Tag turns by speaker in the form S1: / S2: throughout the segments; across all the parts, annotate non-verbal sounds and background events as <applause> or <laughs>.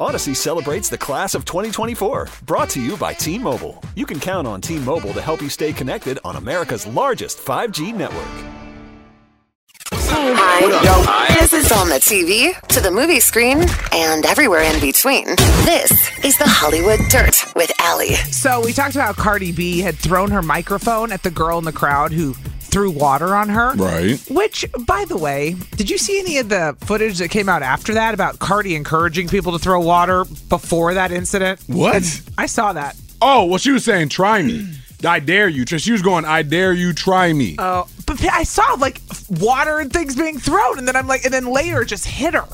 S1: Odyssey celebrates the class of 2024, brought to you by T Mobile. You can count on T Mobile to help you stay connected on America's largest 5G network.
S2: Hey, hi. This is on the TV, to the movie screen, and everywhere in between. This is the Hollywood Dirt with Allie.
S3: So, we talked about Cardi B had thrown her microphone at the girl in the crowd who threw water on her.
S4: Right.
S3: Which, by the way, did you see any of the footage that came out after that about Cardi encouraging people to throw water before that incident?
S4: What?
S3: And I saw that.
S4: Oh, well, she was saying, try me. I dare you. She was going, I dare you, try me.
S3: Oh, but I saw like water and things being thrown. And then I'm like, and then later just hit her.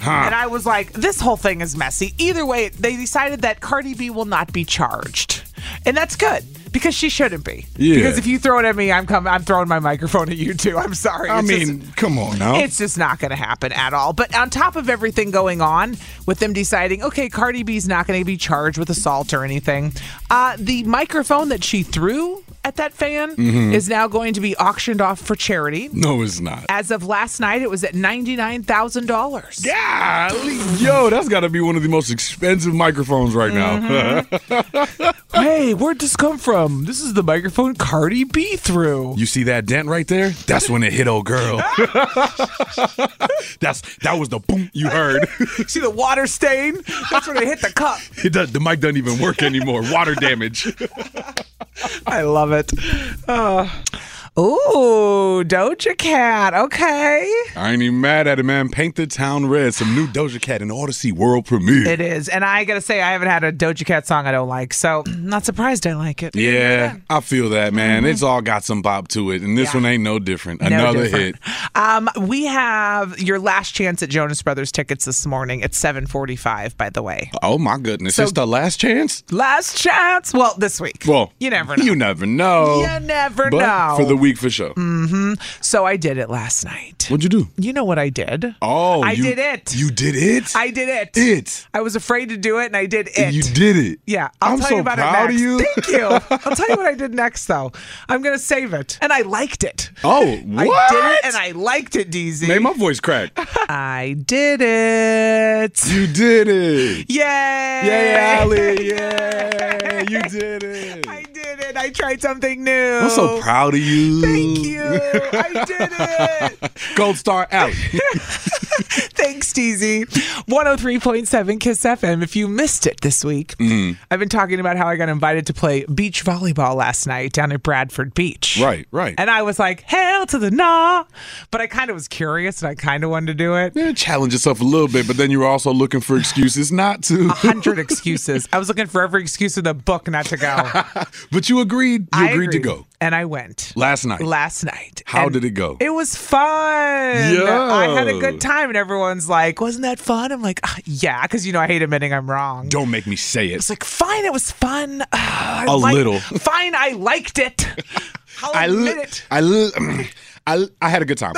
S3: Huh. And I was like, this whole thing is messy. Either way, they decided that Cardi B will not be charged. And that's good because she shouldn't be.
S4: Yeah.
S3: Because if you throw it at me, I'm coming. I'm throwing my microphone at you too. I'm sorry.
S4: I it's mean, just, come on now.
S3: It's just not going to happen at all. But on top of everything going on with them deciding, okay, Cardi B's not going to be charged with assault or anything. Uh, the microphone that she threw at that fan mm-hmm. is now going to be auctioned off for charity.
S4: No, it's not.
S3: As of last night, it was at ninety nine thousand dollars.
S4: Yeah, yo, that's got to be one of the most expensive microphones right mm-hmm.
S3: now. hey, where'd this come from? This is the microphone Cardi B
S4: <laughs>
S3: threw.
S4: You see that dent right there? That's when it hit old
S3: <laughs>
S4: girl. that's that was the boom you heard. <laughs>
S3: see the water stain? That's when it hit the cup.
S4: It does. The mic doesn't even work anymore. Water damage.
S3: I love it. Uh, ooh, Doja Cat. Okay.
S4: I ain't even mad at it, man. Paint the town red. Some new Doja Cat in Odyssey world premiere.
S3: It is, and I gotta say, I haven't had a Doja Cat song I don't like, so I'm not surprised I like it.
S4: Yeah, yeah. I feel that, man. Mm-hmm. It's all got some pop to it, and this yeah. one ain't no different.
S3: No
S4: Another
S3: different. hit. Um, we have your last chance at Jonas Brothers tickets this morning at 7:45. By the way.
S4: Oh my goodness! So, it's the last chance.
S3: Last chance. Well, this week.
S4: Well,
S3: you never know.
S4: You never know.
S3: You never but know.
S4: For the week for sure.
S3: Mm-hmm. So I did it last night.
S4: What'd you do?
S3: You know what I did?
S4: Oh,
S3: I
S4: you,
S3: did it.
S4: You did it.
S3: I did it.
S4: It.
S3: I was afraid to do it, and I did it.
S4: You did it.
S3: Yeah. I'll
S4: I'm
S3: tell
S4: so
S3: you about
S4: proud
S3: it next.
S4: Of you.
S3: <laughs> Thank you. I'll tell you what I did next, though. I'm gonna save it, and I liked it.
S4: <laughs> Oh, what?
S3: I did it, and I liked it, DZ.
S4: Made my voice crack.
S3: I did it.
S4: You did it.
S3: <laughs> Yay!
S4: Yeah,
S3: <laughs>
S4: Allie. Yeah, you did it.
S3: I did it. I tried something new.
S4: I'm so proud of you.
S3: Thank you. I did it.
S4: <laughs> Gold star out.
S3: Thanks, oh DZ. 103.7 Kiss FM. If you missed it this week,
S4: Mm-hmm.
S3: mm. I've been talking about how I got invited to play beach volleyball last night down at Bradford Beach.
S4: Right, right.
S3: And I was like, hell to the nah. But I kind of was curious and I kind of wanted to do it.
S4: Yeah, challenge yourself a little bit, but then you were also looking for excuses not to.
S3: <laughs>
S4: <laughs>
S3: A hundred excuses. I was looking for every excuse in the book not to go.
S4: but you agreed. <laughs> You
S3: I
S4: agreed,
S3: agreed
S4: to go.
S3: And I went.
S4: Last night.
S3: Last night.
S4: How
S3: and
S4: did it go?
S3: It was fun. Yo. I had a good time and everyone's like, wasn't that fun? I'm like, uh, yeah, because you know I hate admitting I'm wrong.
S4: Don't make me say it.
S3: It's like, fine, it was fun. <sighs> Uh,
S4: a
S3: liked,
S4: little.
S3: Fine, I
S4: <laughs>
S3: liked it. I'll I admit
S4: li-
S3: it.
S4: I, li- <clears throat> I, I had a good time.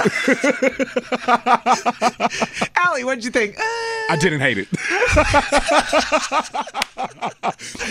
S3: Allie, what'd you think? Uh,
S4: I didn't hate it.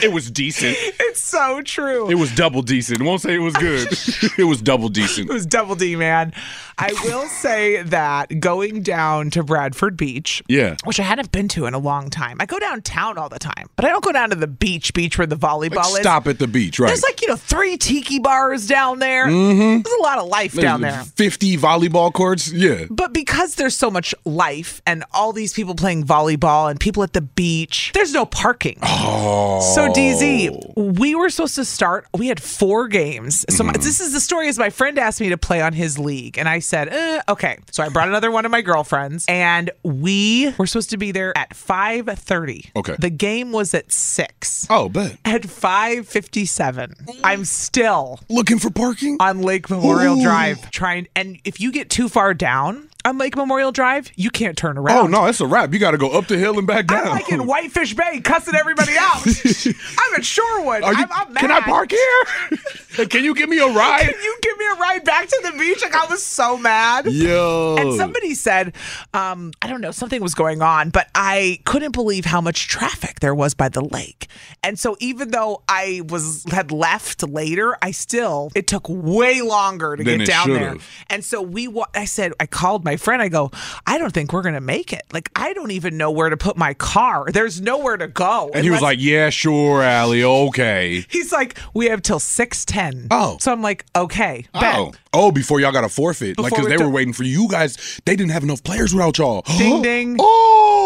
S4: <laughs> it was decent.
S3: It's so true.
S4: It was double decent. Won't say it was
S3: <laughs>
S4: good. it was double decent.
S3: It was double D, man. I will say that going down to Bradford Beach,
S4: yeah,
S3: which I hadn't been to in a long time. I go downtown all the time, but I don't go down to the beach, beach where the volleyball
S4: like
S3: is.
S4: Stop at the beach, right?
S3: There's like you know three tiki bars down there.
S4: Mm-hmm.
S3: There's a lot of life
S4: There's
S3: down there.
S4: Fifty volleyball courts, yeah.
S3: But because there's so much life and all these people playing volleyball and people at the beach, there's no parking.
S4: Oh.
S3: So DZ, we were supposed to start. We had four games. So
S4: Mm-hmm.
S3: my, this is the story. Is my friend asked me to play on his league, and I said, eh, okay. So I brought another one of my girlfriends, and we were supposed to be there at five thirty.
S4: Okay.
S3: The game was at six.
S4: Oh, bet.
S3: At five fifty seven, I'm still
S4: looking for parking
S3: on Lake Memorial
S4: Ooh.
S3: Drive. Trying, and if you get too far down, on Lake Memorial Drive, you can't turn around.
S4: Oh no, it's a wrap. You got to go up the hill and back down.
S3: I'm like in Whitefish Bay cussing everybody out. I'm at
S4: <laughs>
S3: Shorewood.
S4: Are you-
S3: I'm, I'm mad.
S4: can I park here? <laughs> can you give
S3: <laughs>
S4: me a ride?
S3: Can you give me a ride back to the beach? Like I was so mad.
S4: Yo,
S3: And somebody said, um, I don't know, something was going on, but I couldn't believe how much traffic there was by the lake. And so even though I was had left later, I still it took way longer to
S4: Than
S3: get
S4: it
S3: down
S4: should
S3: there.
S4: have.
S3: And so we wa- I said I called my friend. I go, I don't think we're gonna make it. Like I don't even know where to put my car. There's nowhere to go.
S4: and he was
S3: unless-
S4: like, "Yeah, sure, Allie. Okay."
S3: He's like, we have till six ten.
S4: Oh.
S3: so I'm like, okay, bet.
S4: Oh, oh! Before y'all got a forfeit, like
S3: Before
S4: because
S3: we
S4: they
S3: took-
S4: were waiting for you guys. They didn't have enough players without y'all.
S3: <gasps> Ding, ding.
S4: <gasps>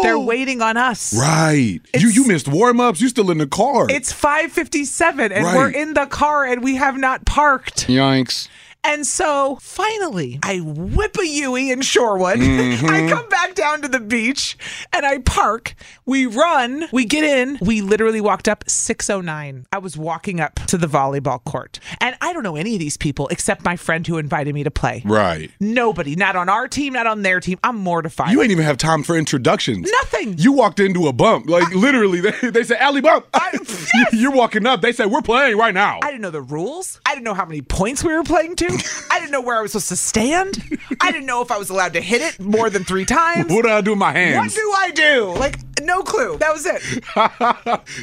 S4: Oh,
S3: they're waiting on us.
S4: Right. You
S3: It's-
S4: you missed warm ups. You still in the car.
S3: It's 5:57 and we're
S4: Right.
S3: in the car and we have not parked.
S4: yikes.
S3: And so finally, I whip a Yui in Shorewood. <laughs>
S4: Mm-hmm.
S3: I come back down to the beach and I park. We run, we get in. We literally walked up 609. I was walking up to the volleyball court. And I don't know any of these people except my friend who invited me to play.
S4: Right.
S3: Nobody, not on our team, not on their team. I'm mortified.
S4: You ain't even have time for introductions.
S3: Nothing.
S4: You walked into a bump. Like literally, they, they said alley bump. <laughs> You're walking up. They said we're playing right now.
S3: I didn't know the rules. I didn't know how many points we were playing to. I didn't know where I was supposed to stand. I didn't know if I was allowed to hit it more than three times.
S4: what do I do with my
S3: What
S4: hands?
S3: do I do? Like, no clue. That was it.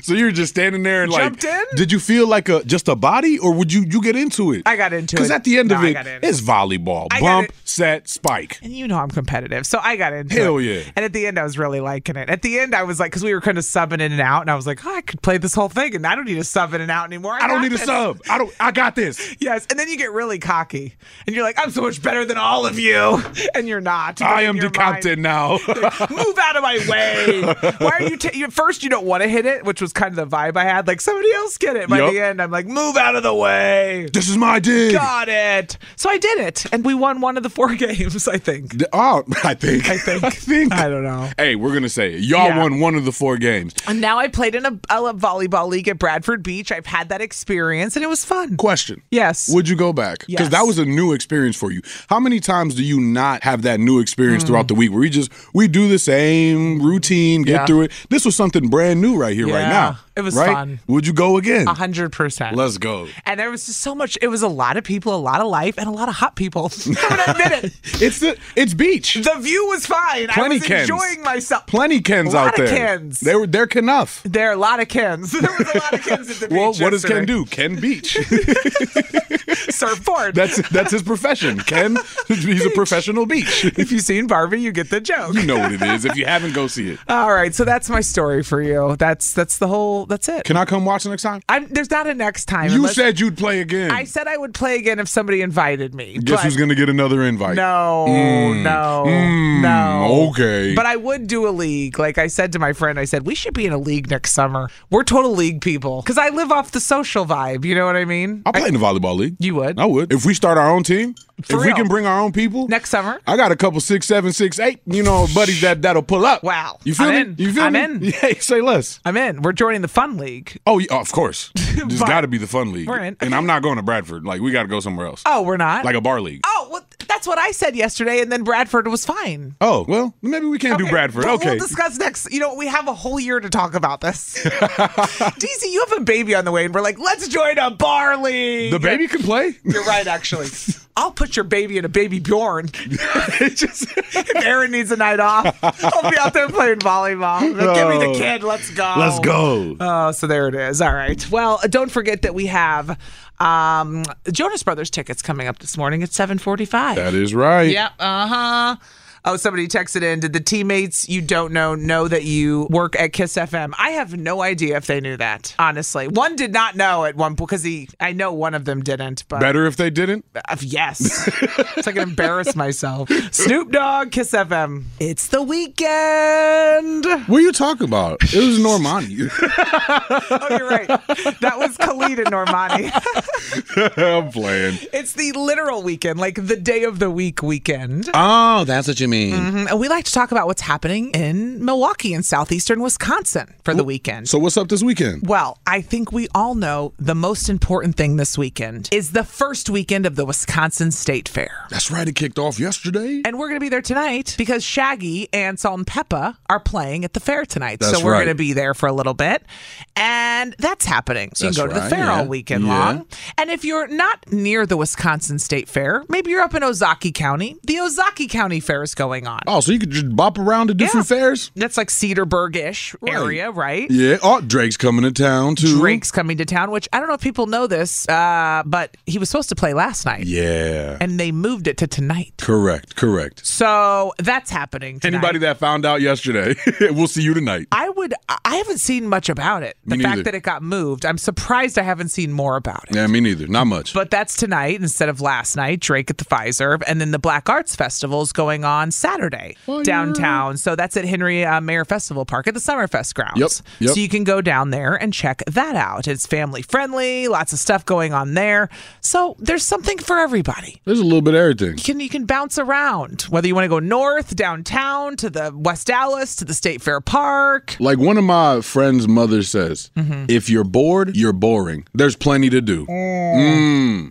S4: so you're just standing there and
S3: Jumped
S4: like,
S3: in?
S4: did you feel like a just a body, or would you you get into it?
S3: I got into
S4: Because
S3: it.
S4: at the end
S3: No,
S4: of
S3: I
S4: it,
S3: got in.
S4: it's volleyball.
S3: I got
S4: Bump,
S3: it.
S4: set, spike.
S3: And you know I'm competitive, so I got into
S4: Hell
S3: it.
S4: yeah.
S3: And at the end, I was really liking it. At the end, I was like, because we were kind of subbing in and out, and I was like, oh, I could play this whole thing, and I don't need a sub in and out anymore.
S4: I don't
S3: got
S4: need a
S3: this.
S4: sub. I don't. I got
S3: <laughs>
S4: this.
S3: Yes, and then you get really cocky, and you're like, I'm so much better than all of you, <laughs> and you're not. But
S4: I
S3: in
S4: am
S3: your
S4: the
S3: mind-
S4: captain now.
S3: <laughs>
S4: <laughs>
S3: move out of my way. Why are you, ta- you? First, you don't want to hit it, which was kind of the vibe I had. Like somebody else get it. By
S4: Yup.
S3: the end, I'm like, move out of the way.
S4: this is my dig.
S3: Got it. So I did it, and we won one of the four <laughs> games. I think.
S4: D- Oh, <laughs> I think. I
S3: think.
S4: I think.
S3: I don't know.
S4: Hey, we're gonna say it. y'all
S3: Yeah.
S4: won one of the four games.
S3: And now I played in a, a volleyball league at Bradford Beach. I've had that experience, and it was fun.
S4: Question.
S3: Yes.
S4: Would you go back? Because
S3: Yes.
S4: that was a new experience for you. How many times do you not have that new experience throughout the week where you just we do the same routine, get
S3: Mm. Yeah.
S4: through it? This was something brand new right here, right
S3: Yeah.
S4: now.
S3: It was
S4: right?
S3: fun.
S4: Would you go again?
S3: A hundred percent.
S4: Let's go.
S3: And there was just so much. It was a lot of people, a lot of life, and a lot of hot people. <laughs> I'm gonna admit it.
S4: It's the it's beach.
S3: The view was fine.
S4: Plenty
S3: I was
S4: Kens.
S3: enjoying myself.
S4: Plenty Kens
S3: A lot
S4: out
S3: of
S4: there.
S3: Kens.
S4: They were they're Ken enough.
S3: There are a lot of Kens. <laughs> There was a lot of Kens at the beach.
S4: Well, what does
S3: yesterday.
S4: Ken do? Ken Beach. <laughs>
S3: <laughs> Surfboard.
S4: that's that's his profession. Ken, he's a professional
S3: <laughs>
S4: beach.
S3: if you've seen Barbie, you get the joke.
S4: You know what it is. If you haven't, go see it.
S3: <laughs> All right, so that's my story for you. That's that's the whole. That's it.
S4: Can I come watch next time?
S3: I'm, there's not a next time.
S4: You
S3: unless-
S4: said you'd play again.
S3: I said I would play again if somebody invited me.
S4: Guess who's gonna get another invite? Mm.
S3: No, no, no.
S4: okay.
S3: But I would do a league. Like I said to my friend, I said, we should be in a league next summer. We're total league people. Because I live off the social vibe. You know what I mean?
S4: I'll play in the volleyball league.
S3: You would?
S4: I would. If we start our own team,
S3: For
S4: if we
S3: real.
S4: can bring our own people
S3: Next summer?
S4: I got a couple six, seven, six, eight. You know, buddies that that'll pull up.
S3: Wow.
S4: You feel
S3: I'm
S4: me?
S3: in.
S4: You feel
S3: I'm
S4: me?
S3: in.
S4: <laughs> Yeah, say less.
S3: I'm in. We're joining the fun league.
S4: Oh, yeah, of
S3: <laughs>
S4: course. There's
S3: But-
S4: got to be the fun league.
S3: We're in.
S4: And I'm not going to Bradford. Like we got to go somewhere else.
S3: Oh, we're not?
S4: Like a bar league.
S3: Oh, well, that's what I said yesterday, and then Bradford was fine.
S4: Oh, well, maybe we can't do
S3: Okay,
S4: Bradford.
S3: but
S4: okay.
S3: We'll discuss next. You know, we have a whole year to talk
S4: <laughs>
S3: about this. DZ, you have a baby on the way, and we're like, let's join a bar league.
S4: the baby can play.
S3: <laughs> You're right, actually. I'll put your baby in a
S4: <laughs>
S3: baby Bjorn. Just, <laughs> if Aaron needs a night off, I'll be out there playing volleyball. Give me
S4: Oh.
S3: the kid. Let's go.
S4: <laughs> Let's go.
S3: Oh, so there it is. All right. Well, uh, don't forget that we have um, Jonas Brothers tickets coming up this morning at 745.
S4: that is right.
S3: Yep. Uh huh. Oh, somebody texted in. Did the teammates you don't know know that you work at Kiss FM? I have no idea if they knew that. Honestly, one did not know at one because he. I know one of them didn't, but
S4: Better if they didn't.
S3: uh, yes, so I can embarrass myself. Snoop Dogg, Kiss FM. It's the weekend.
S4: What are you talking about? It was
S3: <laughs>
S4: Normani. <laughs>
S3: Oh, you're right. That was Khalid and Normani. <laughs>
S4: I'm playing.
S3: it's the literal weekend, like the day of the week weekend.
S4: Oh, that's what you
S5: mean?
S3: Mhm. And we like to talk about what's happening in Milwaukee and southeastern Wisconsin for the weekend.
S4: So what's up this weekend?
S3: Well, I think we all know the most important thing this weekend is the first weekend of the Wisconsin State Fair.
S4: That's right. It kicked off yesterday.
S3: And we're going to be there tonight because Shaggy and Salt and Peppa are playing at the fair tonight.
S4: That's
S3: so we're
S4: right.
S3: going to be there for a little bit. And that's happening. So
S4: That's
S3: you can go to
S4: right,
S3: the fair all
S4: yeah.
S3: weekend
S4: Yeah.
S3: long. And if you're not near the Wisconsin State Fair, maybe you're up in Ozaki County, the Ozaki County Fair is going on.
S4: Oh, so you could just bop around to different
S3: Yeah.
S4: fairs.
S3: That's like Cedarburg ish area, right?
S4: Yeah. Oh, Drake's coming to town too.
S3: Drake's coming to town, which I don't know if people know this, uh, but he was supposed to play last night.
S4: Yeah.
S3: And they moved it to tonight.
S4: correct. Correct.
S3: So that's happening. Tonight.
S4: Anybody that found out yesterday, <laughs> we'll see you tonight.
S3: I would. I- I haven't seen much about it. The
S4: Me
S3: fact
S4: neither.
S3: that it got moved, I'm surprised I haven't seen more about it.
S4: Yeah, me neither. Not much.
S3: But that's tonight instead of last night. Drake at the Pfizer, and then the Black Arts Festival is going on Saturday downtown. So that's at Henry uh, Mayer Festival Park at the Summerfest grounds.
S4: Yep, yep.
S3: So you can go down there and check that out. It's family friendly, lots of stuff going on there. So there's something for everybody.
S4: There's a little bit of everything.
S3: You can you can bounce around whether you want to go north, downtown, to the West Dallas, to the State Fair Park.
S4: Like one of my friend's mother says,
S3: Mm-hmm.
S4: if you're bored, you're boring. There's plenty to do.
S3: Mm.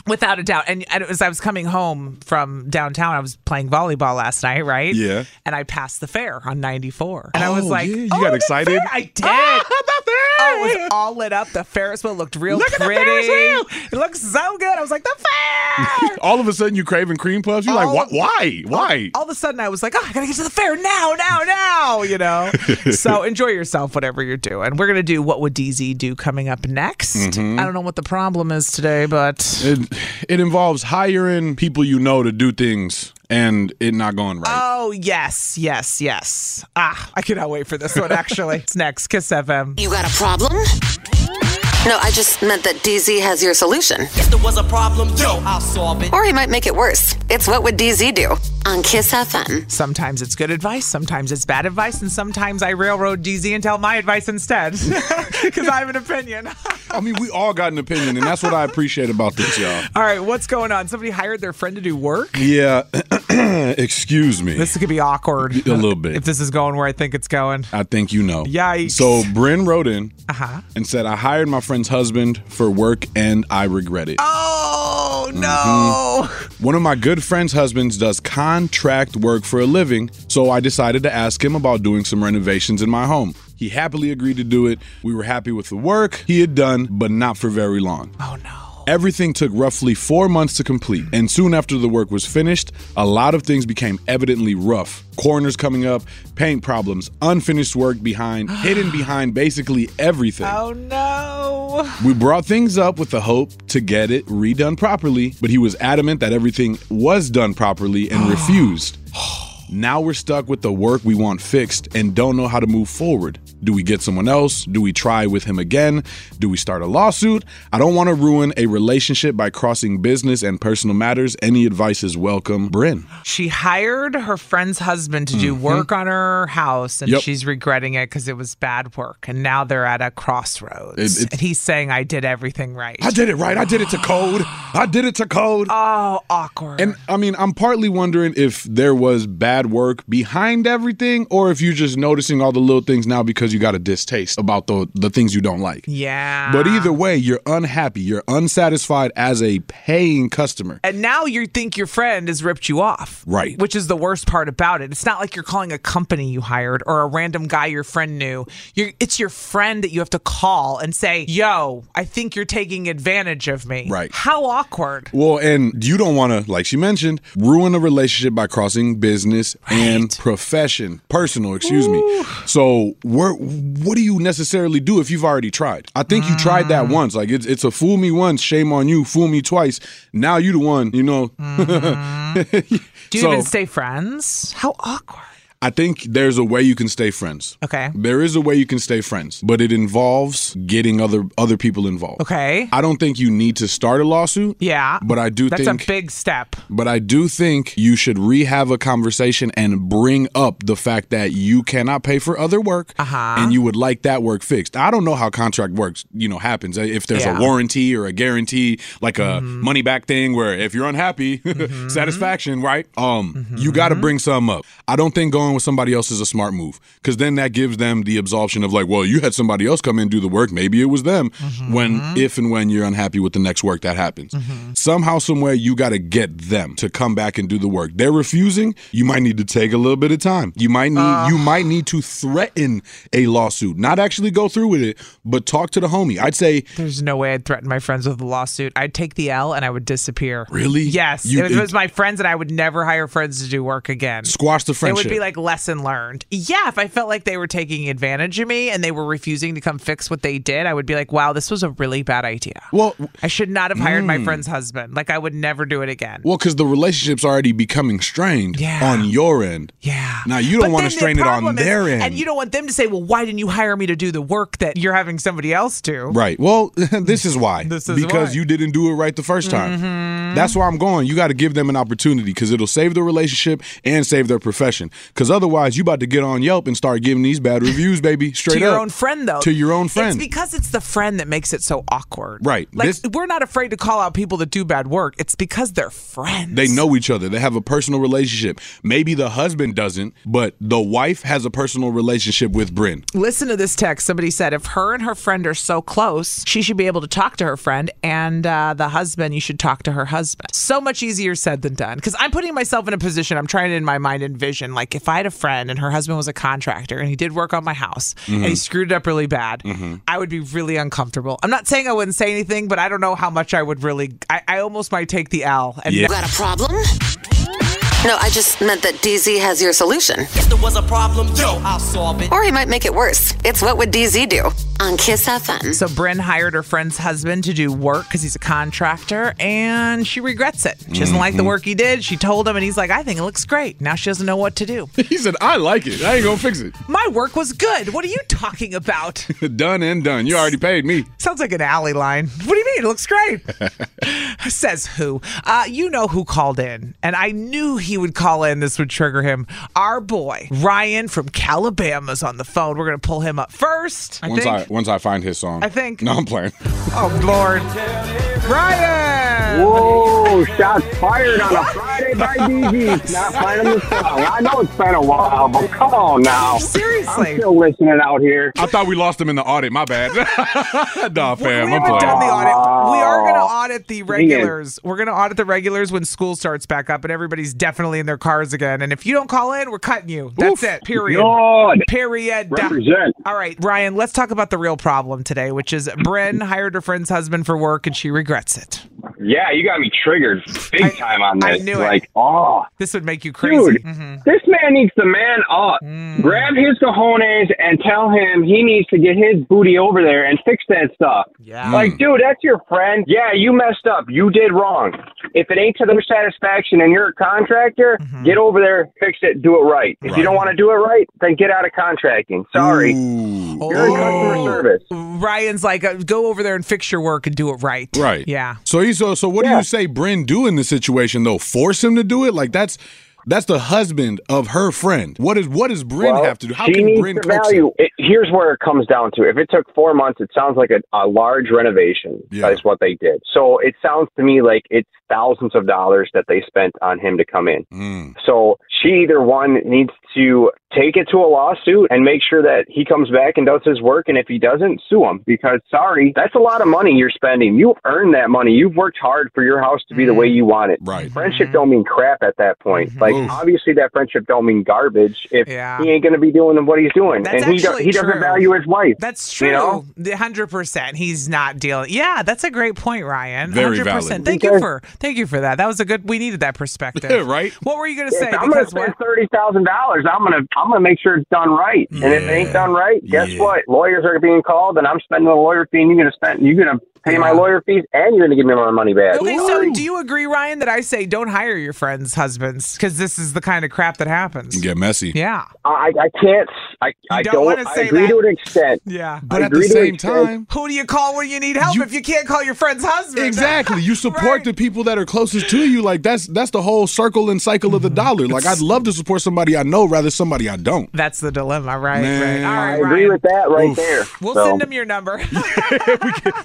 S3: Without a doubt. And and as I was coming home from downtown, I was playing volleyball last night, right?
S4: Yeah.
S3: And I passed the fair on 94. And I was
S4: Oh,
S3: like,
S4: yeah, you
S3: "Oh,
S4: got
S3: the
S4: excited?"
S3: fair!" I did.
S4: Ah, the fair!
S3: I was all lit up. The Ferris wheel looked real
S4: Look at the
S3: pretty.
S4: Ferris wheel!
S3: It looks so good. I was like, the fair.
S4: All of a sudden, you craving cream puffs. You're
S3: All-
S4: like, "Wha- why? <laughs> Why?
S3: all of a sudden, I was like, oh, I gotta get to the fair now, now, now,
S4: <laughs>
S3: you know? so enjoy yourself, whatever you're doing. We're gonna do What Would DZ Do coming up next.
S4: Mm-hmm.
S3: I don't know what the problem is today, but.
S4: It, it involves hiring people you know to do things and it not going right.
S3: Oh, yes, yes, yes. Ah, I cannot wait for this one, <laughs> actually. it's next, Kiss FM.
S2: You got a problem? No, I just meant that DZ has your solution.
S6: If there was a problem, yo, I'll solve it.
S2: Or he might make it worse. It's What Would DZ Do on Kiss FM.
S3: Sometimes it's good advice, sometimes it's bad advice, and sometimes I railroad DZ and tell my advice instead <laughs> because I have an opinion. <laughs>
S4: I mean, we all got an opinion, and that's what I appreciate about this, y'all.
S3: All right, what's going on? Somebody hired their friend to do work?
S4: Yeah, <clears throat> excuse me.
S3: This could be awkward.
S4: A little bit.
S3: If this is going where I think it's going.
S4: I think you know.
S3: Yikes. Uh-huh.
S4: So Bryn wrote in
S3: Huh?
S4: and said, I hired my friend's husband for work and I regret it.
S3: Oh, no.
S4: One of my good friend's husbands does contract work for a living, so I decided to ask him about doing some renovations in my home. He happily agreed to do it. We were happy with the work he had done, but not for very long.
S3: Oh, no.
S4: Everything took roughly four months to complete, and soon after the work was finished, a lot of things became evidently rough. Corners coming up, paint problems, unfinished work behind, hidden behind basically everything.
S3: Oh, no.
S4: We brought things up with the hope to get it redone properly, but he was adamant that everything was done properly <sighs> and refused. Now we're stuck with the work we want fixed and don't know how to move forward. Do we get someone else? Do we try with him again? Do we start a lawsuit? I don't want to ruin a relationship by crossing business and personal matters. Any advice is welcome. Bryn.
S3: she hired her friend's husband to do work on her house and
S4: Mm-hmm. Yep.
S3: she's regretting it because it was bad work and now they're at a crossroads
S4: It- it-
S3: and he's saying i did everything right
S4: I did it right. I did it to code. I did it to code.
S3: oh awkward
S4: And I mean, I'm partly wondering if there was bad work behind everything, or if you're just noticing all the little things now because you got a distaste about the the things you don't like.
S3: yeah
S4: But either way, you're unhappy. You're unsatisfied as a paying customer.
S3: and now you think your friend has ripped you off.
S4: Right.
S3: Which is the worst part about it. It's not like you're calling a company you hired or a random guy your friend knew. You're, it's your friend that you have to call and say, yo, I think you're taking advantage of me.
S4: Right.
S3: How awkward.
S4: Well, and you don't want to, like she mentioned, ruin a relationship by crossing business and profession, personal, excuse me. So, where, what do you necessarily do if you've already tried? I think you tried that
S3: Mm.
S4: once. Like it's it's a fool me once, shame on you. Fool me twice. Now you the one, you know. <laughs>
S3: Mm-hmm. Do you
S4: So-
S3: even stay friends? How awkward.
S4: I think there's a way you can stay friends.
S3: Okay.
S4: There is a way you can stay friends, but it involves getting other other people involved.
S3: Okay.
S4: I don't think you need to start a lawsuit.
S3: Yeah.
S4: But I do
S3: That's
S4: think
S3: a big step.
S4: but I do think you should rehave a conversation and bring up the fact that you cannot pay for other work and you would like that work fixed. I don't know how contract works, you know, happens. uh, If there's
S3: Yeah.
S4: a warranty or a guarantee, like a money back thing where if you're unhappy, <laughs> satisfaction, right? Um, you got to bring some up. I don't think going with somebody else is a smart move cuz then that gives them the absolution of like, well, you had somebody else come in and do the work, maybe it was them. When if and when you're unhappy with the next work that happens. Somehow somewhere you got to get them to come back and do the work. They're refusing, you might need to take a little bit of time. You might need you might need to threaten a lawsuit. Not actually go through with it, but talk to the homie. I'd say
S3: There's no way I'd threaten my friends with a lawsuit. I'd take the L and I would disappear.
S4: Really?
S3: Yes.
S4: You-
S3: if it was my friends, and I would never hire friends to do work again.
S4: squash the friendship.
S3: It would be like lesson learned. Yeah, if I felt like they were taking advantage of me and they were refusing to come fix what they did, I would be like, wow, this was a really bad idea.
S4: well,
S3: I should not have hired my friend's husband. Like, I would never do it again.
S4: Hmm. well, because the relationship's already becoming strained
S3: Yeah.
S4: on your end.
S3: yeah.
S4: Now you don't
S3: But
S4: want to
S3: then the
S4: strain it on
S3: problem is-
S4: their end.
S3: And you don't want them to say, well, why didn't you hire me to do the work that you're having somebody else do?
S4: Right. Well, <laughs> this is why.
S3: This is
S4: because
S3: why.
S4: you didn't do it right the first time.
S3: Mm-hmm.
S4: That's why I'm going. You got to give them an opportunity because it'll save the relationship and save their profession. Because otherwise, you about to get on Yelp and start giving these bad reviews, baby. Straight
S3: <laughs> to your
S4: up.
S3: own friend though
S4: To your own friend.
S3: it's because it's the friend that makes it so awkward
S4: Right.
S3: like
S4: This-
S3: we're not afraid to call out people that do bad work it's because they're friends
S4: they know each other. They have a personal relationship. Maybe the husband doesn't, but the wife has a personal relationship with Bryn. <laughs>
S3: listen to this text somebody said if her and her friend are so close she should be able to talk to her friend and uh, the husband you should talk to her husband so much easier said than done because i'm putting myself in a position i'm trying to in my mind envision like if i had a friend and her husband was a contractor and he did work on my house and he screwed it up really bad i would be really uncomfortable i'm not saying i wouldn't say anything but i don't know how much i would really i, I almost might take the l and
S4: Yeah.
S2: Got a problem? No, I just meant that DZ has your solution.
S6: If there was a problem, yo, I'll solve it.
S2: Or he might make it worse. It's what would DZ do on Kiss FM?
S3: So Bryn hired her friend's husband to do work because he's a contractor, and she regrets it. She doesn't like the work he did. She told him, and he's like, "I think it looks great." Now she doesn't know what to do.
S4: He said, I like it. I ain't going to fix it.
S3: My work was good. What are you talking about? <laughs>
S4: done and done. You already paid me.
S3: Sounds like an alley line. What do you mean? It looks great. Says who? Uh, you know who called in, and I knew he would call in. This would trigger him. Our boy Ryan from Calabama's on the phone. We're gonna pull him up first. I
S4: Once
S3: think.
S4: I once I find his song.
S3: I think.
S4: No, I'm playing.
S3: Oh Lord, Ryan.
S5: Whoa, Oh, shots fired on a Friday by DG. Not finding the song. I know it's been a while, but come on now. I'm
S3: Seriously.
S5: still listening out here.
S4: I thought we lost him in the audit. My bad. <laughs> nah,
S3: We
S4: fam. I'm
S3: haven't done the
S4: playing.
S3: audit. We are going to audit the regulars. We're going to audit the regulars when school starts back up and everybody's definitely in their cars again. And if you don't call in, we're cutting you. That's
S4: Oof.
S3: it. Period.
S5: Good.
S3: Period.
S5: Represent.
S3: All right, Ryan, let's talk about the real problem today, which is
S5: <laughs>
S3: Bryn hired her friend's husband for work and she regrets it.
S5: Yeah, you got me triggered big
S3: I-
S5: time on
S3: I
S5: this.
S3: knew it.
S5: like, oh,
S3: This would make you crazy. Mm-hmm.
S5: dude, this man needs to man up. Grab his cojones and tell him he needs to get his booty over there and fix that stuff.
S3: Yeah.
S5: Like, dude, that's your friend. Yeah, you messed up. You did wrong. If it ain't to their satisfaction and you're a contractor, get over there, fix it, do it right. If you don't want to do it right, then get out of contracting. Sorry.
S4: Mm.
S5: You're in customer service.
S3: Ryan's like, uh, go over there and fix your work and do it right.
S4: Right.
S3: Yeah.
S4: So he so so what do
S5: Yeah.
S4: you say Bryn do in this situation though? Force him to do it? Like that's that's the husband of her friend. What is what does Bryn
S5: Well,
S4: have to do? How
S5: she
S4: can
S5: needs
S4: Bryn
S5: to
S4: coax
S5: value.
S4: him?
S5: It, here's where it comes down to. If it took four months, it sounds like a, a large renovation.
S4: Yeah.
S5: That is what they did. So it sounds to me like it's thousands of dollars that they spent on him to come in.
S4: Mm.
S5: So she either one needs to take it to a lawsuit and make sure that he comes back and does his work. And if he doesn't, sue him because sorry, that's a lot of money you're spending. You earned that money. You've worked hard for your house to be the way you want it.
S4: Right.
S5: Friendship don't mean crap at that point. Like
S4: Oof.
S5: obviously that friendship don't mean garbage if
S3: Yeah.
S5: he ain't going to be doing what he's doing,
S3: That's
S5: and he do-
S3: actually
S5: he
S3: true.
S5: doesn't value his wife.
S3: That's
S5: You
S3: true.
S5: know?
S3: The hundred percent. He's not dealing. Yeah, that's a great point, Ryan.
S4: Very valid.
S3: Thank you
S5: Okay.
S3: for thank you for that. That was a good. We needed that perspective.
S4: Yeah, <laughs> right?
S3: What were you gonna say?
S5: If I'm going to
S3: Because
S5: spend
S3: what?
S5: thirty thousand dollars. lawyers, I'm gonna I'm gonna make sure it's done right. And if it ain't done right, guess
S4: Yeah.
S5: what? Lawyers are being called, and I'm spending the lawyer fee, and you're gonna spend you're gonna pay my lawyer fees, and you're gonna give me my money back.
S3: Okay, so do you agree, Ryan, that I say don't hire your friends' husbands because this is the kind of crap that happens?
S4: You get messy.
S3: Yeah.
S5: I, I can't. I, I
S3: don't
S5: don't.
S3: wanna
S5: I
S3: say
S5: agree
S3: that.
S5: to an extent.
S3: Yeah.
S4: But
S5: I
S4: at the
S5: agree to
S4: same
S5: it, Chris.
S4: time,
S3: Who do you call when you need help
S4: You-
S3: if you can't call your friend's husband?
S4: exactly, you support
S3: Right.
S4: the people that are closest to you. Like that's that's the whole circle and cycle of
S5: Mm-hmm.
S4: the dollar. Like I'd love to support somebody I know rather somebody I don't.
S3: That's the dilemma, right?
S4: Man.
S3: right. All
S5: I
S3: right,
S5: agree
S3: Ryan.
S5: with that right
S4: Oof.
S5: there.
S3: We'll
S5: So,
S3: send them your number. <laughs>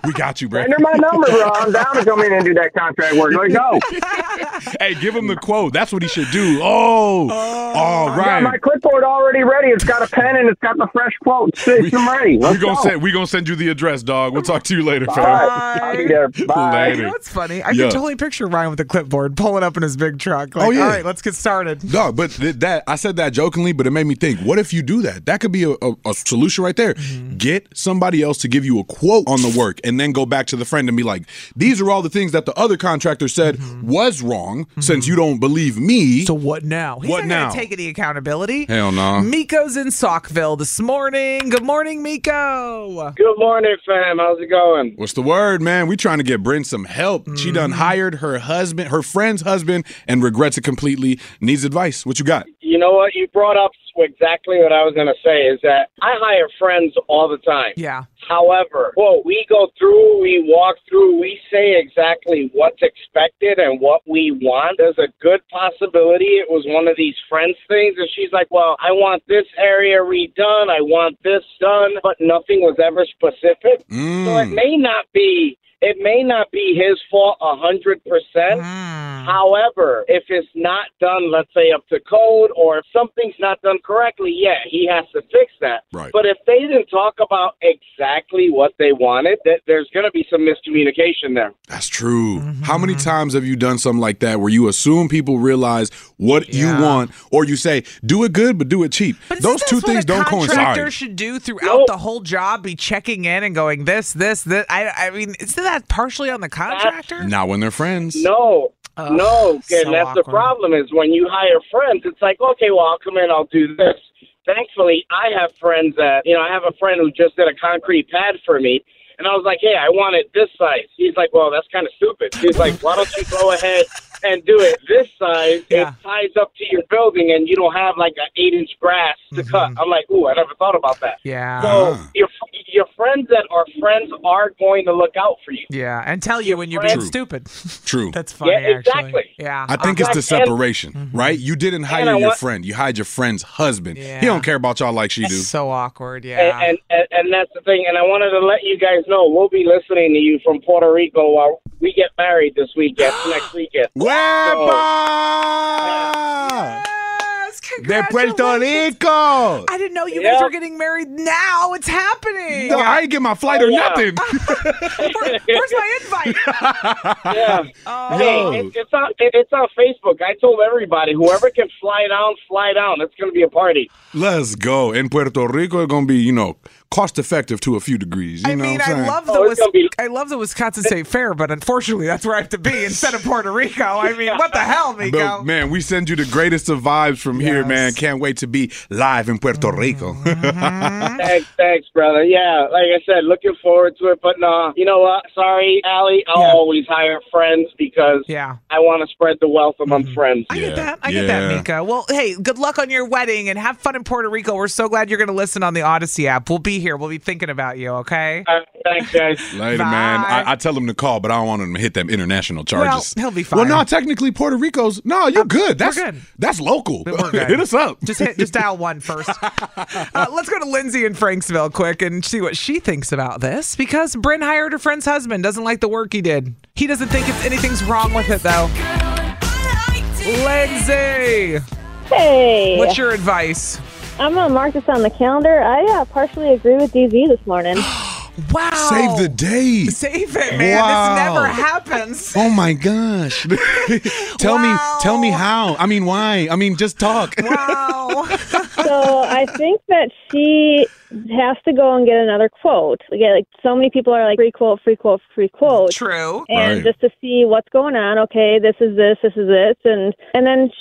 S4: We got you, bro.
S5: <laughs> Enter my number, bro. I'm down to come in and do that contract work. Let's go.
S4: Hey, give him the quote. That's what he should do. Oh, all
S5: Uh, Got
S4: right.
S5: my clipboard already ready. It's got a pen and it's got the fresh
S4: <laughs>
S5: quote. It's I'm ready.
S4: We're
S5: Let's
S4: gonna
S5: go.
S4: send we gonna send you the address, dog. We'll talk to you later, <laughs>
S5: All
S4: fam.
S5: right. I'll be there. Bye.
S4: Later.
S3: you know what's funny? I
S4: Yeah.
S3: can totally picture Ryan with a clipboard pulling up in his big truck. Like,
S4: Oh, yeah.
S3: all right, let's get started.
S4: No, but th- that I said that jokingly, but it made me think. What if you do that? That could be a, a, a solution right there.
S5: Mm-hmm.
S4: Get somebody else to give you a quote on the work, and then go back to the friend and be like, "These are all the things that the other contractor said
S5: Mm-hmm.
S4: was wrong. Since you don't believe me,
S3: So what now? He's
S4: What
S3: not gonna
S4: now?
S3: Take any accountability?
S4: Hell no.
S3: Miko's in Saukville this morning. Good morning, Miko.
S7: Good morning, fam. How's it going?
S4: what's the word, man? We trying to get Bryn some help. She done
S7: Mm-hmm.
S4: hired her husband, her friend's husband, and regrets it completely. Needs advice. What you got?
S7: You know what? You brought up exactly what I was going to say is that I hire friends all the time.
S3: Yeah.
S7: However, whoa, we go through, we walk through, we say exactly what's expected and what we want. There's a good possibility it was one of these friends things, and she's like, "Well, I want this area redone, I want this done," but nothing was ever specific. So
S4: Mm,
S7: it may not be. It may not be his fault a hundred percent. However, if it's not done, let's say up to code, or if something's not done correctly, yeah, he has to fix that.
S4: Right.
S7: But if they didn't talk about exactly what they wanted, that there's going to be some miscommunication there.
S4: That's true.
S3: Mm-hmm.
S4: How many times have you done something like that where you assume people realize what
S3: Yeah.
S4: you want, or you say do it good but do it cheap?
S3: But isn't
S4: Those
S3: this
S4: two
S3: what
S4: things
S3: a
S4: don't
S3: Contractor
S4: coincide.
S3: should do throughout
S7: Nope.
S3: the whole job be checking in and going this, this, this. I, I mean, isn't that partially on the contractor?
S4: Not when they're friends.
S7: No.
S3: Ugh,
S7: no, and
S3: so
S7: that's the
S3: awkward.
S7: problem is when you hire friends, it's like, okay, well, I'll come in, I'll do this. Thankfully, I have friends that, you know, I have a friend who just did a concrete pad for me, and I was like, hey, I want it this size. He's like, well, that's kind of stupid. He's like, why don't you go ahead and do it this size?
S3: Yeah.
S7: It ties up to your building, and you don't have like an eight inch grass to cut. I'm like, ooh, I never thought about
S4: Uh-huh.
S7: that.
S3: Yeah.
S7: So your your friends that are friends are going to look out for you.
S3: yeah, and tell you when you're
S7: friend-
S3: being stupid.
S4: True.
S3: <laughs> That's funny. Actually.
S7: exactly.
S3: Yeah. Mm-hmm.
S4: I think it's the
S7: And-
S4: separation, right? You didn't hire
S7: I
S4: your
S7: want-
S4: friend. You hired your friend's husband.
S3: Yeah.
S4: He don't care about y'all like she do.
S3: so awkward. Yeah.
S7: and, and and that's the thing. And I wanted to let you guys know we'll be listening to you from Puerto Rico while uh, we get married this
S3: <gasps>
S7: weekend, next weekend.
S4: Wepa!
S3: yes,
S4: De Puerto
S3: congratulations.
S4: Rico!
S3: I didn't know you guys
S7: Yep.
S3: were getting married now. It's happening.
S4: No, I ain't get my flight
S3: Oh,
S4: or
S7: Yeah.
S3: <laughs>
S4: nothing.
S3: Where- where's my
S4: <laughs>
S3: invite?
S7: Yeah.
S3: Oh,
S4: Yo.
S7: Hey, it, it's on it, it's on Facebook. I told everybody whoever can fly down, fly down. It's going to be a party.
S4: Let's go. In Puerto Rico, it's gonna be, you know, cost effective to a few degrees. You
S3: I
S4: know
S3: mean,
S4: what I'm
S3: I
S4: saying?
S3: love the
S7: Oh, it's
S3: Wis-
S7: gonna be-
S3: I love the Wisconsin State Fair, but unfortunately, that's where I have to be instead of Puerto Rico. I mean, what the hell, Miko?
S4: But man, we send you the greatest of vibes from here,
S3: Yes. Mm-hmm.
S4: man. Can't wait to be live in Puerto Rico.
S7: Thanks, thanks, brother. Yeah, like I said, looking forward to it. But nah, you know what? Sorry, Allie. I'll
S3: Yeah.
S7: always hire friends because
S3: Yeah. Mm-hmm.
S7: I want to spread the wealth among friends.
S3: I
S4: Yeah,
S3: get that. I get that,
S4: yeah.
S3: Mika. Well, hey, good luck on your wedding and have fun in Puerto Rico. We're so glad you're going to listen on the Odyssey app. We'll be here. We'll be thinking about you, okay?
S7: All right, thanks, guys.
S4: Later, man.
S3: Bye.
S4: I, I tell them to call, but I don't want them to hit them international charges.
S3: he'll be
S4: Well,
S3: fine.
S4: no, technically Puerto Rico's. No, you're good. That's
S3: good.
S4: that's local.
S3: Then we're good.
S4: <laughs> hit us up.
S3: Just hit, just dial one first. Uh, let's go to Lindsay in Franksville quick and see what she thinks about this because Bryn hired her friend's husband. Doesn't like the work he did. He doesn't think it's, anything's wrong with it though. Lindsay,
S8: Hey,
S3: what's your advice?
S8: I'm gonna mark this on the calendar. I uh, partially agree with DZ this morning.
S3: <gasps> Wow.
S4: <laughs> Save the day.
S3: Save it, man.
S4: Wow.
S3: This never happens.
S4: Oh my gosh. <laughs> tell
S3: Wow.
S4: me tell me how. I mean why? I mean just talk.
S3: Wow.
S8: <laughs> so I think that she has to go and get another quote. Yeah, like so many people are like free quote, free quote, free quote.
S3: True.
S8: and
S4: Right.
S8: just to see what's going on. Okay, this is this, this is this, and and then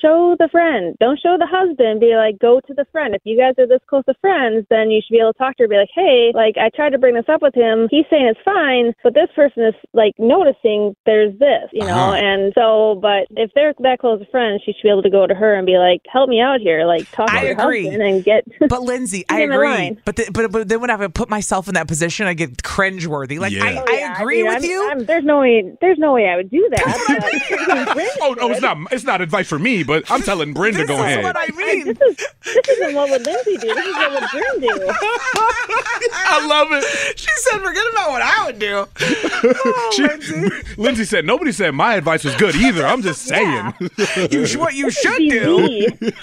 S8: show the friend. Don't show the husband. Be like, go to the friend. If you guys are this close to friends, then you should be able to talk to her. Be like, hey, like I tried to bring this up with him. He's saying it's fine, but this person is like noticing there's this, you know.
S9: Uh-huh.
S8: And so, but if they're that close to friends, she should be able to go to her and be like, help me out here. Like talk
S3: I
S8: to your
S3: agree.
S8: husband <laughs> and get.
S3: But Lindsay, I
S8: in the
S3: agree.
S8: line.
S3: But, the, but but then when I put myself in that position, I get cringeworthy. Like I,
S4: Yeah.
S3: I agree with
S8: Oh, I'm-
S3: you.
S8: I'm- there's no way. There's no way I would
S4: <laughs>
S8: do that.
S4: oh no, it's not. It's not advice for me, but I'm telling Bryn to go ahead.
S3: I mean,
S8: this is this isn't what would Lindsay do. This is what would Bryn do.
S4: <laughs> I love it.
S3: She said, "Forget about what I
S8: <laughs>
S3: would do."
S4: She- <laughs> Lindsay said nobody said my advice was good either. I'm just saying.
S3: You sh- what you should do.
S4: <laughs>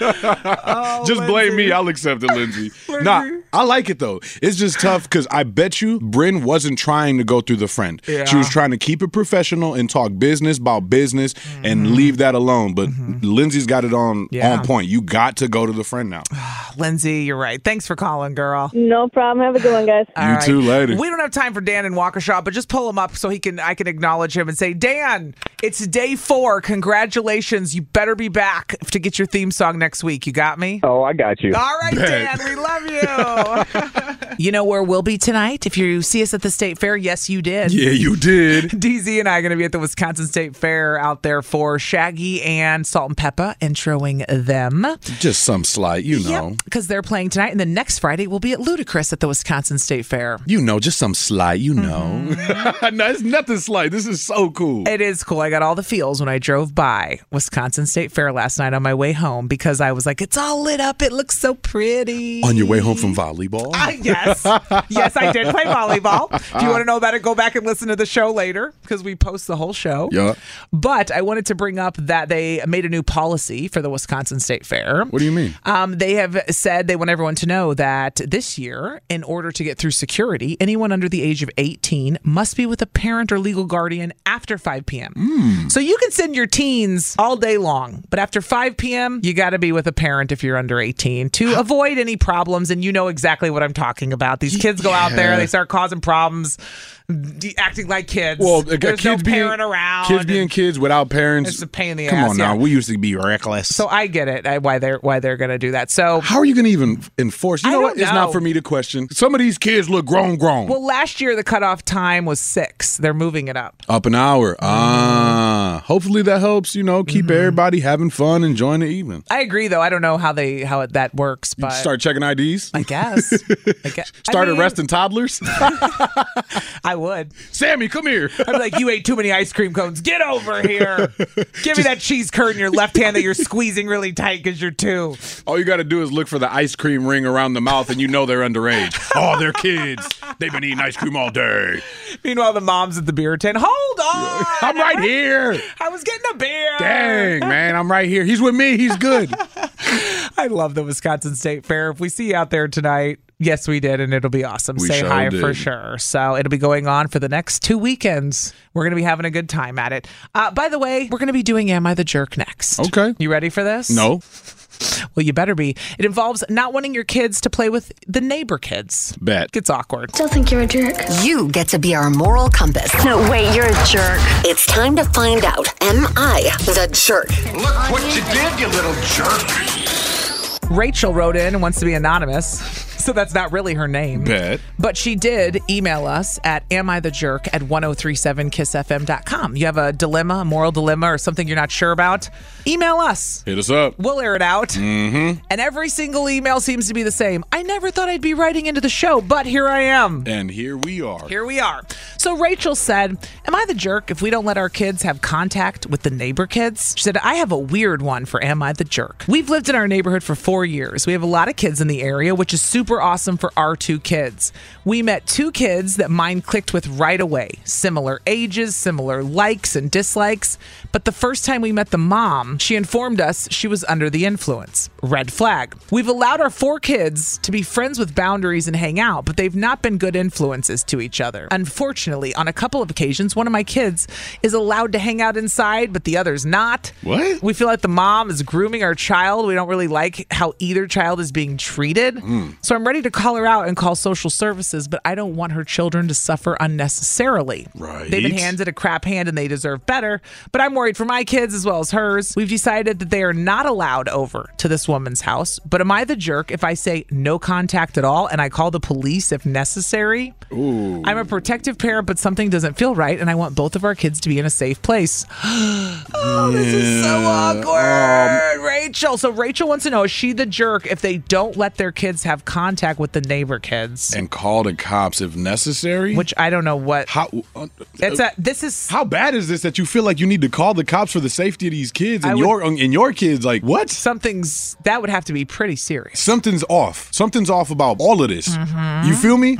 S4: just blame me. I'll accept it, Lindsay. nah, I like it though. It's just tough because I bet you Bryn wasn't trying to go through the friend. She
S10: Yeah.
S4: was trying to keep it professional and talk business about business and leave that alone. But Lindsay's got it on
S3: Yeah.
S4: on point. You got to go to the friend now.
S3: Lindsay, you're right. Thanks for calling, girl.
S8: No problem. Have a good one, guys.
S4: You too, later.
S3: We don't have time for Dan and Waukesha, but just pull him up so he can I can acknowledge him and say, Dan, it's day four. Congratulations. You better be back to get your theme song next week. You got me?
S11: Oh, I got you.
S3: All right,
S11: Bet.
S3: Dan, we love
S4: <laughs>
S3: you. you know where we'll be tonight? If you see us at the state fair, yes, you did.
S4: Yeah, you did.
S3: DZ and I are going to be at the Wisconsin State Fair out there for Shaggy and Salt and Peppa introing them.
S4: Just some slight, you know.
S3: Because they're playing tonight, and then next Friday we'll be at Ludacris at the Wisconsin State Fair.
S4: You know, just some slight, you know. <laughs> no, it's nothing slight. This is so cool.
S3: It is cool. I got all the feels when I drove by Wisconsin State Fair last night on my way home because I was like, it's all lit up. It looks so pretty. <laughs>
S4: On your way home from volleyball?
S3: Ah, yes. yes, I did play volleyball. If you want to know about it, go back and listen to the show later because we post the whole show.
S4: Yeah.
S3: But I wanted to bring up that they made a new policy for the Wisconsin State Fair. What
S4: do you mean?
S3: Um, they have said they want everyone to know that this year, in order to get through security, anyone under the age of 18 must be with a parent or legal guardian after 5 p.m.
S4: Hmm.
S3: So you can send your teens all day long, but after 5 p.m., you got to be with a parent if you're under 18 to avoid any problems. And you know exactly what I'm talking about. These kids go out there,
S4: Yeah.
S3: they start causing problems, d- acting like kids.
S4: Well, uh,
S3: there's
S4: kids
S3: no
S4: being-
S3: parent around.
S4: Kids being kids without parents.
S3: It's a pain in the
S4: Come
S3: ass,
S4: on
S3: yeah.
S4: now. We used to be reckless.
S3: so I get it I, why they're why they're gonna do that. So
S4: how are you gonna even enforce? You
S3: I
S4: know
S3: don't
S4: what? It's not
S3: know.
S4: for me to question. Some of these kids look grown, grown.
S3: Well, last year the cutoff time was six. They're moving it up.
S4: Up an hour. Ah, hopefully that helps. You know, keep
S3: Mm-hmm.
S4: everybody having fun, enjoying the evening.
S3: I agree, though. I don't know how they how it, that works, but
S4: Start checking IDs. <laughs>
S3: I guess. I guess.
S4: Start
S3: I mean,
S4: arresting
S3: <laughs>
S4: toddlers.
S3: I would.
S4: Sammy, come here.
S3: I'd be like, you ate too many ice cream cones.
S4: <laughs>
S3: Get over here. Give me that cheese curd in your left hand that you're squeezing really tight because you're two.
S4: All you got to do is look for the ice cream ring around the mouth, and you know they're
S3: <laughs>
S4: underage. oh, they're kids. They've been eating ice cream all day.
S3: Meanwhile, the mom's at the beer tent. Hold on.
S4: <laughs> I'm right here.
S3: I was getting a beer.
S4: Dang, man, I'm right here. He's with me. He's
S3: <laughs>
S4: good.
S3: I love the Wisconsin State Fair. If we see you out there tonight, yes, we did, and it'll be awesome.
S4: We
S3: Say
S4: sure
S3: hi
S4: did.
S3: for sure. So it'll be going on for the next two weekends. We're going to be having a good time at it. Uh, by the way, we're going to be doing Am I the Jerk next.
S4: Okay.
S3: You ready for this?
S4: No.
S3: Well, you better be. It involves not wanting your kids to play with the neighbor kids.
S4: Bet.
S3: Gets awkward.
S2: Still think you're a jerk. You get to be our moral compass. No, wait, you're a jerk. It's time to find out. Am I the jerk?
S6: Look what you did, you little jerk.
S3: Rachel wrote in and wants to be anonymous. <laughs> So that's not really her name.
S4: Bet.
S3: But she did email us at amithejerk at 1037kissfm.com. You have a dilemma, a moral dilemma, or something you're not sure about? Email us.
S4: Hit us up.
S3: We'll air it out.
S4: Mm-hmm.
S3: And every single email seems to be the same. I never thought I'd be writing into the show, but here I am.
S4: And here we are.
S3: Here we are. So Rachel said, Am I the jerk if we don't let our kids have contact with the neighbor kids? She said, I have a weird one for Am I the Jerk. We've lived in our neighborhood for four years. We have a lot of kids in the area, which is super awesome for our two kids. We met two kids that mine clicked with right away similar ages, similar likes and dislikes. But the first time we met the mom, she informed us she was under the influence. Red flag. We've allowed our four kids to be friends with boundaries and hang out, but they've not been good influences to each other. Unfortunately, on a couple of occasions, one of my kids is allowed to hang out inside, but the other's not. What? We feel like the mom is grooming our child. We don't really like how either child is being treated. So I'm I'm ready to call her out and call social services, but I don't want her children to suffer unnecessarily.
S4: Right.
S3: They've been handed a crap hand and they deserve better, but I'm worried for my kids as well as hers. We've decided that they are not allowed over to this woman's house, but am I the jerk if I say no contact at all and I call the police if necessary?
S4: Ooh.
S3: I'm a protective parent, but something doesn't feel right and I want both of our kids to be in a safe place. <gasps>
S4: oh,
S3: this is so awkward, Rachel. So Rachel wants to know: Is she the jerk if they don't let their kids have contact with the neighbor kids?
S4: And call the cops if necessary. Which
S3: I don't know what.
S4: How? uh,
S3: It's a. This is.
S4: How bad is this that you feel like you need to call the cops for the safety of these kids
S3: I
S4: and
S3: would-
S4: your and your kids? Like what?
S3: Something's that would have to be pretty serious.
S4: Something's off. Something's off about all of this.
S3: Mhm.
S4: You feel me?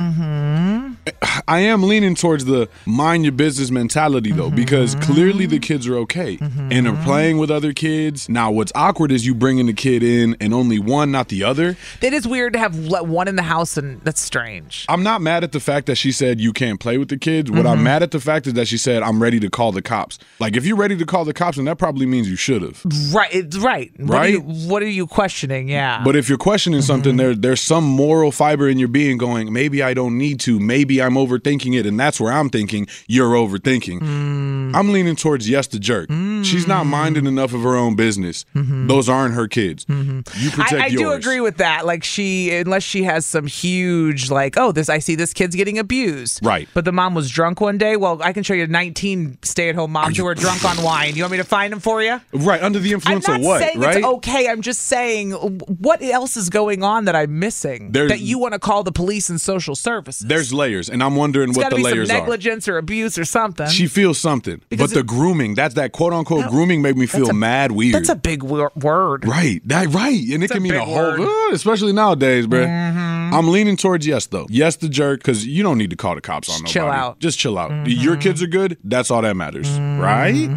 S4: I am leaning towards the mind your business mentality though, because clearly the kids are okay and are playing with other kids. Now, what's awkward is you bringing the kid in and only one, not the other.
S3: It is weird to have let one in the house, and that's strange.
S4: I'm not mad at the fact that she said you can't play with the kids. What I'm mad at the fact is that she said I'm ready to call the cops. Like if you're ready to call the cops, then that probably means you should have.
S3: Right. It's right. What are
S4: Right?
S3: you, what are you questioning? Yeah.
S4: But if you're questioning
S3: Mm-hmm.
S4: something, there there's some moral fiber in your being going, maybe I don't need to, maybe I'm overthinking it, and that's where I'm thinking you're overthinking.
S3: Mm.
S4: I'm leaning towards yes to jerk. She's not minding enough of her own business. Those aren't her kids. You protect
S3: Mm-hmm. I, I
S4: yours.
S3: do agree with that. Like she, unless she has some huge, like, oh, this I see this kid's getting abused.
S4: Right.
S3: But the mom was drunk one day. Well, I can show you 19 stay-at-home moms who are drunk on wine. You want me to find them for you?
S4: Right under the
S3: I'm
S4: influence
S3: not
S4: of what?
S3: saying
S4: right?
S3: it's okay. I'm just saying what else is going on that I'm missing
S4: There's-
S3: that you want to call the police and social services.
S4: There's layers, and I'm wondering
S3: It's
S4: what
S3: got to
S4: the
S3: be some
S4: layers are.
S3: negligence or abuse or something.
S4: She feels something,
S3: Because
S4: but the grooming, that's that quote unquote grooming, made me feel
S3: a-
S4: mad weird.
S3: That's a big wor- word.
S4: Right, that right, and it
S3: It's a
S4: can mean
S3: big
S4: a whole,
S3: word.
S4: Ugh, especially nowadays, bruh.
S3: Mm-hmm.
S4: I'm leaning towards yes, though. Yes, the jerk, because you don't need to call the cops on nobody.
S3: chill out.
S4: Just chill out.
S3: Mm-hmm.
S4: Your kids are good. That's all that matters, right?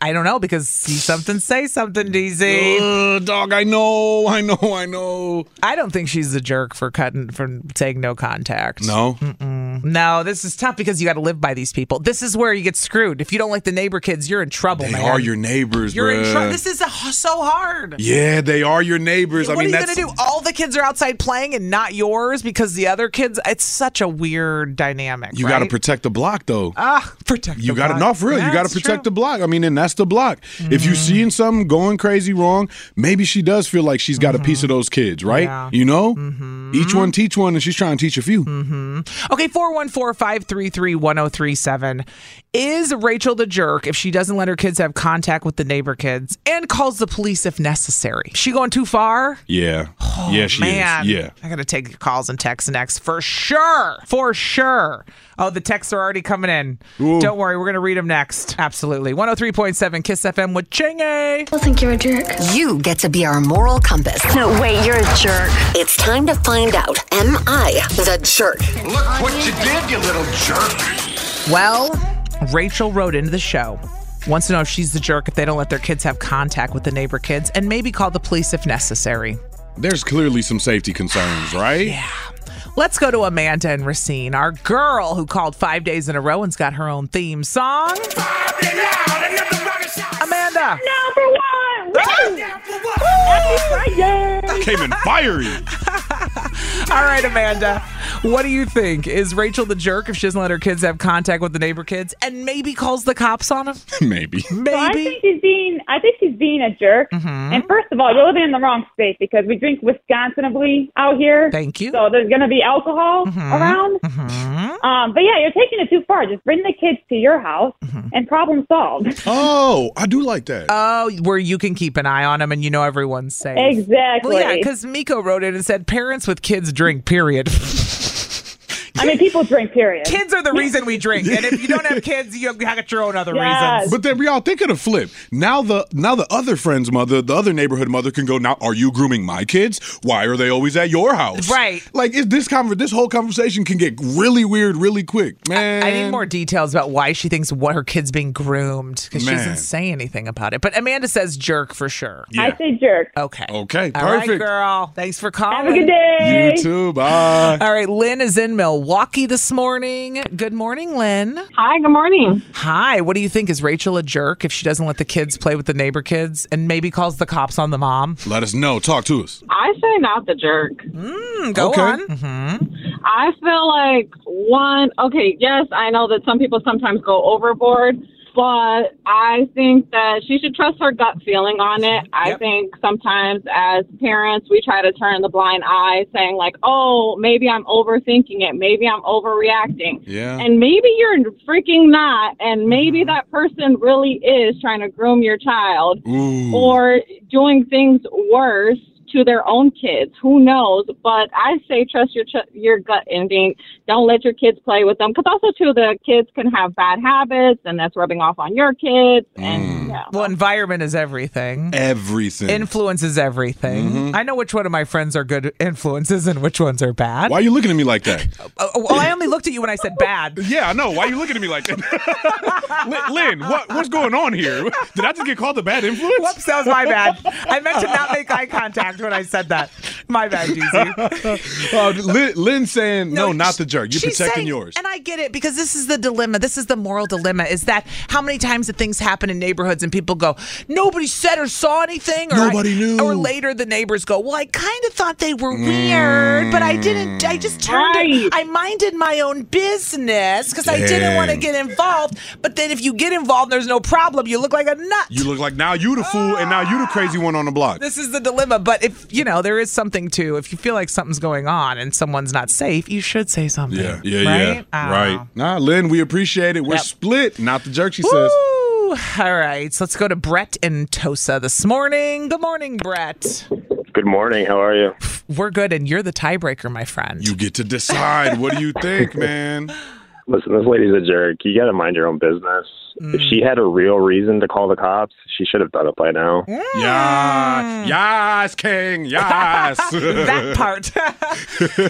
S3: I don't know because see something, say something, DZ.
S4: dog, I know, I know, I know.
S3: I don't think she's the jerk for cutting for saying no contact.
S4: No,
S3: No, this is tough because you got to live by these people. This is where you get screwed. If you don't like the neighbor kids, you're in trouble,
S4: they
S3: man.
S4: are your neighbors,
S3: You're in trouble.
S4: bruh.
S3: This is a, so hard.
S4: yeah, they are your neighbors. I
S3: what
S4: mean,
S3: are you
S4: that's
S3: gonna do? All the kids are outside playing and not yours because the other kids. It's such a weird dynamic.
S4: you
S3: right?
S4: got to protect the block, though.
S3: ah protect.
S4: You
S3: the
S4: got
S3: block. Mm-hmm.
S4: enough, for real.
S3: Yeah,
S4: you got
S3: it's
S4: to protect the block. I mean, and that's the block. If you seeing something going crazy wrong, maybe she does feel like she's got a piece of
S3: Mm-hmm.
S4: those kids, right? You know, each one teach one, and she's trying to teach a few.
S3: Mm. Okay, 414 533 1037. Is Rachel the jerk if she doesn't let her kids have contact with the neighbor kids and calls the police if necessary? She going too far?
S4: Yeah, yeah, she
S3: Oh, Man,
S4: is. Yeah,
S3: I gotta take your calls and texts next for sure, for sure. Oh, the texts are already coming in. Don't worry, we're gonna read them next. Absolutely, one hundred three point seven Kiss FM with Chingy.
S2: I think you're a jerk. You get to be our moral compass. No, wait, you're a jerk. It's time to find out. Am I the jerk?
S6: Look what you did, you little jerk.
S3: Well, Rachel wrote into the show. Wants to know if she's the jerk if they don't let their kids have contact with the neighbor kids and maybe call the police if necessary.
S4: there's clearly some safety concerns, right? yeah.
S3: Let's go to Amanda and Racine, our girl who called five days in a row and's got her own theme song. Amanda.
S4: Came in fiery.
S3: All right, Amanda. What do you think? Is Rachel the jerk if she doesn't let her kids have contact with the neighbor kids and maybe calls the cops on them?
S4: <laughs> Maybe.
S3: Maybe.
S8: I think she's being. I think she's being a jerk. And first of all, you're living in the wrong state because we drink Wisconsinably out here.
S3: Thank you.
S8: So there's going to be alcohol around. Um, but yeah, you're taking it too far. Just bring the kids to your house and problem solved.
S4: Oh, I do like that.
S8: Uh,
S3: Oh, where you can keep an eye on them and you know everyone's safe.
S8: Exactly.
S3: Well, yeah, because Miko wrote it and said, parents with kids drink, period. <laughs>
S8: I mean, people drink. Period.
S3: kids are the reason we drink. And if you don't have kids, you got your own other
S8: Yes.
S3: reasons.
S4: But then we all think of the flip. Now the now the other friend's mother, the other neighborhood mother can go, now are you grooming my kids? Why are they always at your house?
S3: Right.
S4: Like is this conver- this whole conversation can get really weird really quick. Man.
S3: I need more details about why she thinks what her kid's being groomed because she
S4: Man.
S3: doesn't say anything about it. But Amanda says jerk for sure.
S8: I say jerk.
S3: Okay.
S4: Okay,
S3: All right,
S4: perfect.
S3: girl. Thanks for calling.
S8: Have a good day.
S4: you too. Bye.
S3: All right, Lynn is in Milwaukee. Milwaukee this morning. Good morning, Lynn.
S9: Hi, good morning.
S3: Hi, what do you think? Is Rachel a jerk if she doesn't let the kids play with the neighbor kids and maybe calls the cops on the mom?
S4: Let us know. Talk to us.
S9: I say not the jerk.
S3: Hmm, go Okay. on.
S9: I feel like one, okay, yes, I know that some people sometimes go overboard, but I think that she should trust her gut feeling on it. I think sometimes as parents, we try to turn the blind eye saying, like, oh, maybe I'm overthinking it. Maybe I'm overreacting.
S10: Yeah.
S9: And maybe you're freaking not. Ah, And maybe that person really is trying to groom your child
S10: Ooh.
S9: or doing things worse to their own kids. Who knows? But I say trust your ch- your gut instinct. Don't let your kids play with them because also too the kids can have bad habits and that's rubbing off on your kids.
S4: Mm.
S9: And yeah.
S3: Well, environment is everything.
S4: Everything.
S3: Influences everything. I know which one of my friends are good influences and which ones are bad.
S4: Why are you looking at me like that?
S3: Oh, oh, well, I only looked at you when I said bad.
S4: Yeah, I know. Why are you looking at me like that? <laughs> Lin- Lynn, what, what's going on here? <laughs> Did I just get called a bad influence?
S3: <laughs> Whoops, that was my bad. I meant to not make eye contact when I said that. My bad, DZ.
S4: <laughs> Uh, Lynn, Lynn saying, no, not the jerk. You're
S3: She's
S4: protecting
S3: saying-
S4: yours.
S3: And I get it because this is the dilemma. This is the moral dilemma is that how many times that things happen in neighborhoods and people go, nobody said or saw anything. Or
S4: Nobody
S3: I-
S4: knew.
S3: Or later the neighbors go, well, I kind of thought they were weird, but I didn't.
S4: Mm.
S3: I just turned it. I minded my own business because I didn't
S4: Dang.
S3: want to get involved. But then if you get involved, there's no problem. You look like a nut.
S4: You look like now you the fool, and now you the crazy one on the block.
S3: This is the dilemma. But if, you know, there is something to, if you feel like something's going on and someone's not safe, you should say something.
S4: Yeah, yeah,
S3: right?
S4: yeah.
S3: Ah.
S4: Right. Nah, Lynn, we appreciate it. We're
S3: Yep.
S4: split, not the jerk, she says.
S3: Ooh, all right, so let's go to Brett in Tosa this morning. Good morning, Brett.
S11: Good morning. How are you?
S3: We're good, and you're the tiebreaker, my friend.
S4: You get to decide. what
S3: <laughs>
S4: do you think, man?
S11: Listen, this lady's a jerk. You got to mind your own business. If
S3: Mm.
S11: she had a real reason to call the cops, she should have done it by now.
S3: Mm.
S4: Yeah. Yes, King. Yes.
S3: <laughs> that part.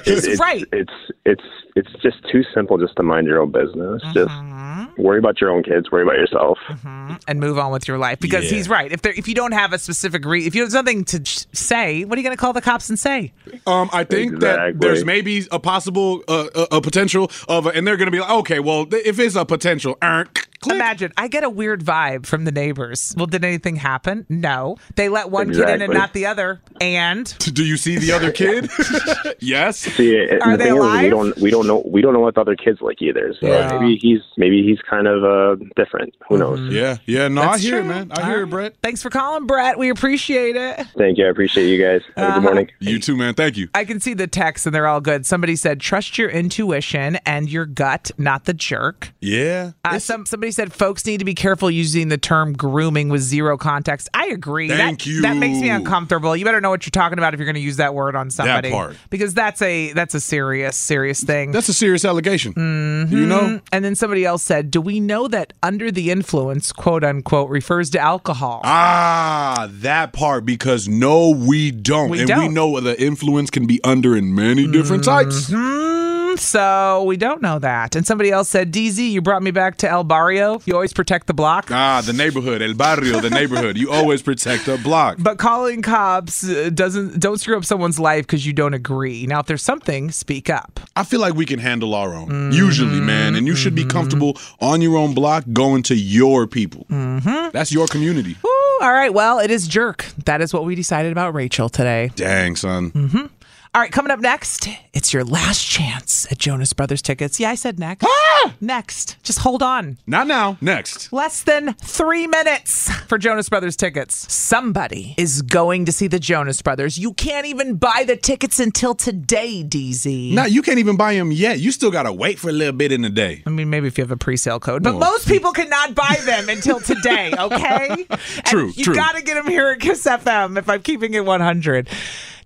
S11: He's
S3: right.
S11: It's it's it's just too simple just to mind your own business. Just worry about your own kids, worry about <laughs> yourself.
S3: And move on with your life because
S11: Yeah.
S3: he's right. If there, if you don't have a specific re, if you have something to sh- say, what are you going to call the cops and say?
S4: Um, I think
S11: Exactly.
S4: that there's maybe a possible, uh, a, a potential of, a, and they're gonna be like, okay, well, th- if it's a potential, er,
S3: Imagine I get a weird vibe from the neighbors. Well, did anything happen? No, they let one kid in and
S4: Exactly.
S3: not the other. And
S4: do you see
S11: <laughs>
S4: the other kid? <laughs> yes.
S11: See, and the
S3: Are they
S11: thing is,
S3: alive?
S11: we don't we don't know we don't know what the other kids like either. So
S4: Yeah.
S11: maybe he's maybe he's kind of uh, different. Who
S3: Mm-hmm.
S11: knows?
S4: Yeah, yeah. No,
S11: That's
S4: I hear it,
S11: true.
S4: man. I
S3: All
S4: hear it,
S3: right.
S4: Brett.
S3: Thanks for calling, Brett. We appreciate it.
S11: Thank you. I appreciate you guys. Have a
S3: Uh-huh.
S11: good morning.
S4: Uh, You too, man. Thank you.
S3: I can see the texts and they're all good. Somebody said, trust your intuition and your gut, not the jerk.
S4: Yeah.
S3: Uh, some somebody said folks need to be careful using the term grooming with zero context. I agree.
S4: Thank
S3: that,
S4: you.
S3: That makes me uncomfortable. You better know what you're talking about if you're going to use that word on somebody.
S4: part.
S3: Because that's a that's a serious serious thing.
S4: That's a serious allegation. You know.
S3: And then somebody else said, "Do we know that under the influence, quote unquote, refers to alcohol?"
S4: Ah, that part because no, we don't,
S3: We
S4: and we
S3: don't.
S4: know the influence can be under in many different types.
S3: Mm, so we don't know that. And somebody else said, DZ, you brought me back to El Barrio. You always protect the block.
S4: Ah, the neighborhood, el barrio, the neighborhood. You always protect the block.
S3: But calling cops uh, doesn't don't screw up someone's life because you don't agree. Now, if there's something, speak up.
S4: I feel like we can handle our own, usually, man. And you should be comfortable on your own block going to your people. Mm-hmm. That's your community.
S3: Ooh, all right. Well, it is jerk. That is what we decided about Rachel today.
S4: Dang, son.
S3: All right, coming up next, it's your last chance at Jonas Brothers tickets. Yeah, I said next. Next. Just hold on.
S4: Not now. Next.
S3: Less than three minutes for Jonas Brothers tickets. Somebody is going to see the Jonas Brothers. You can't even buy the tickets until today, DZ.
S4: Nah, you can't even buy them yet. You still gotta wait for a little bit in the day.
S3: I mean, maybe if you have a pre-sale code, but
S4: Oh.
S3: most people cannot buy them until <laughs> today. Okay,
S4: True,
S3: And you
S4: true.
S3: got to get them here at Kiss FM. If I'm keeping it 100,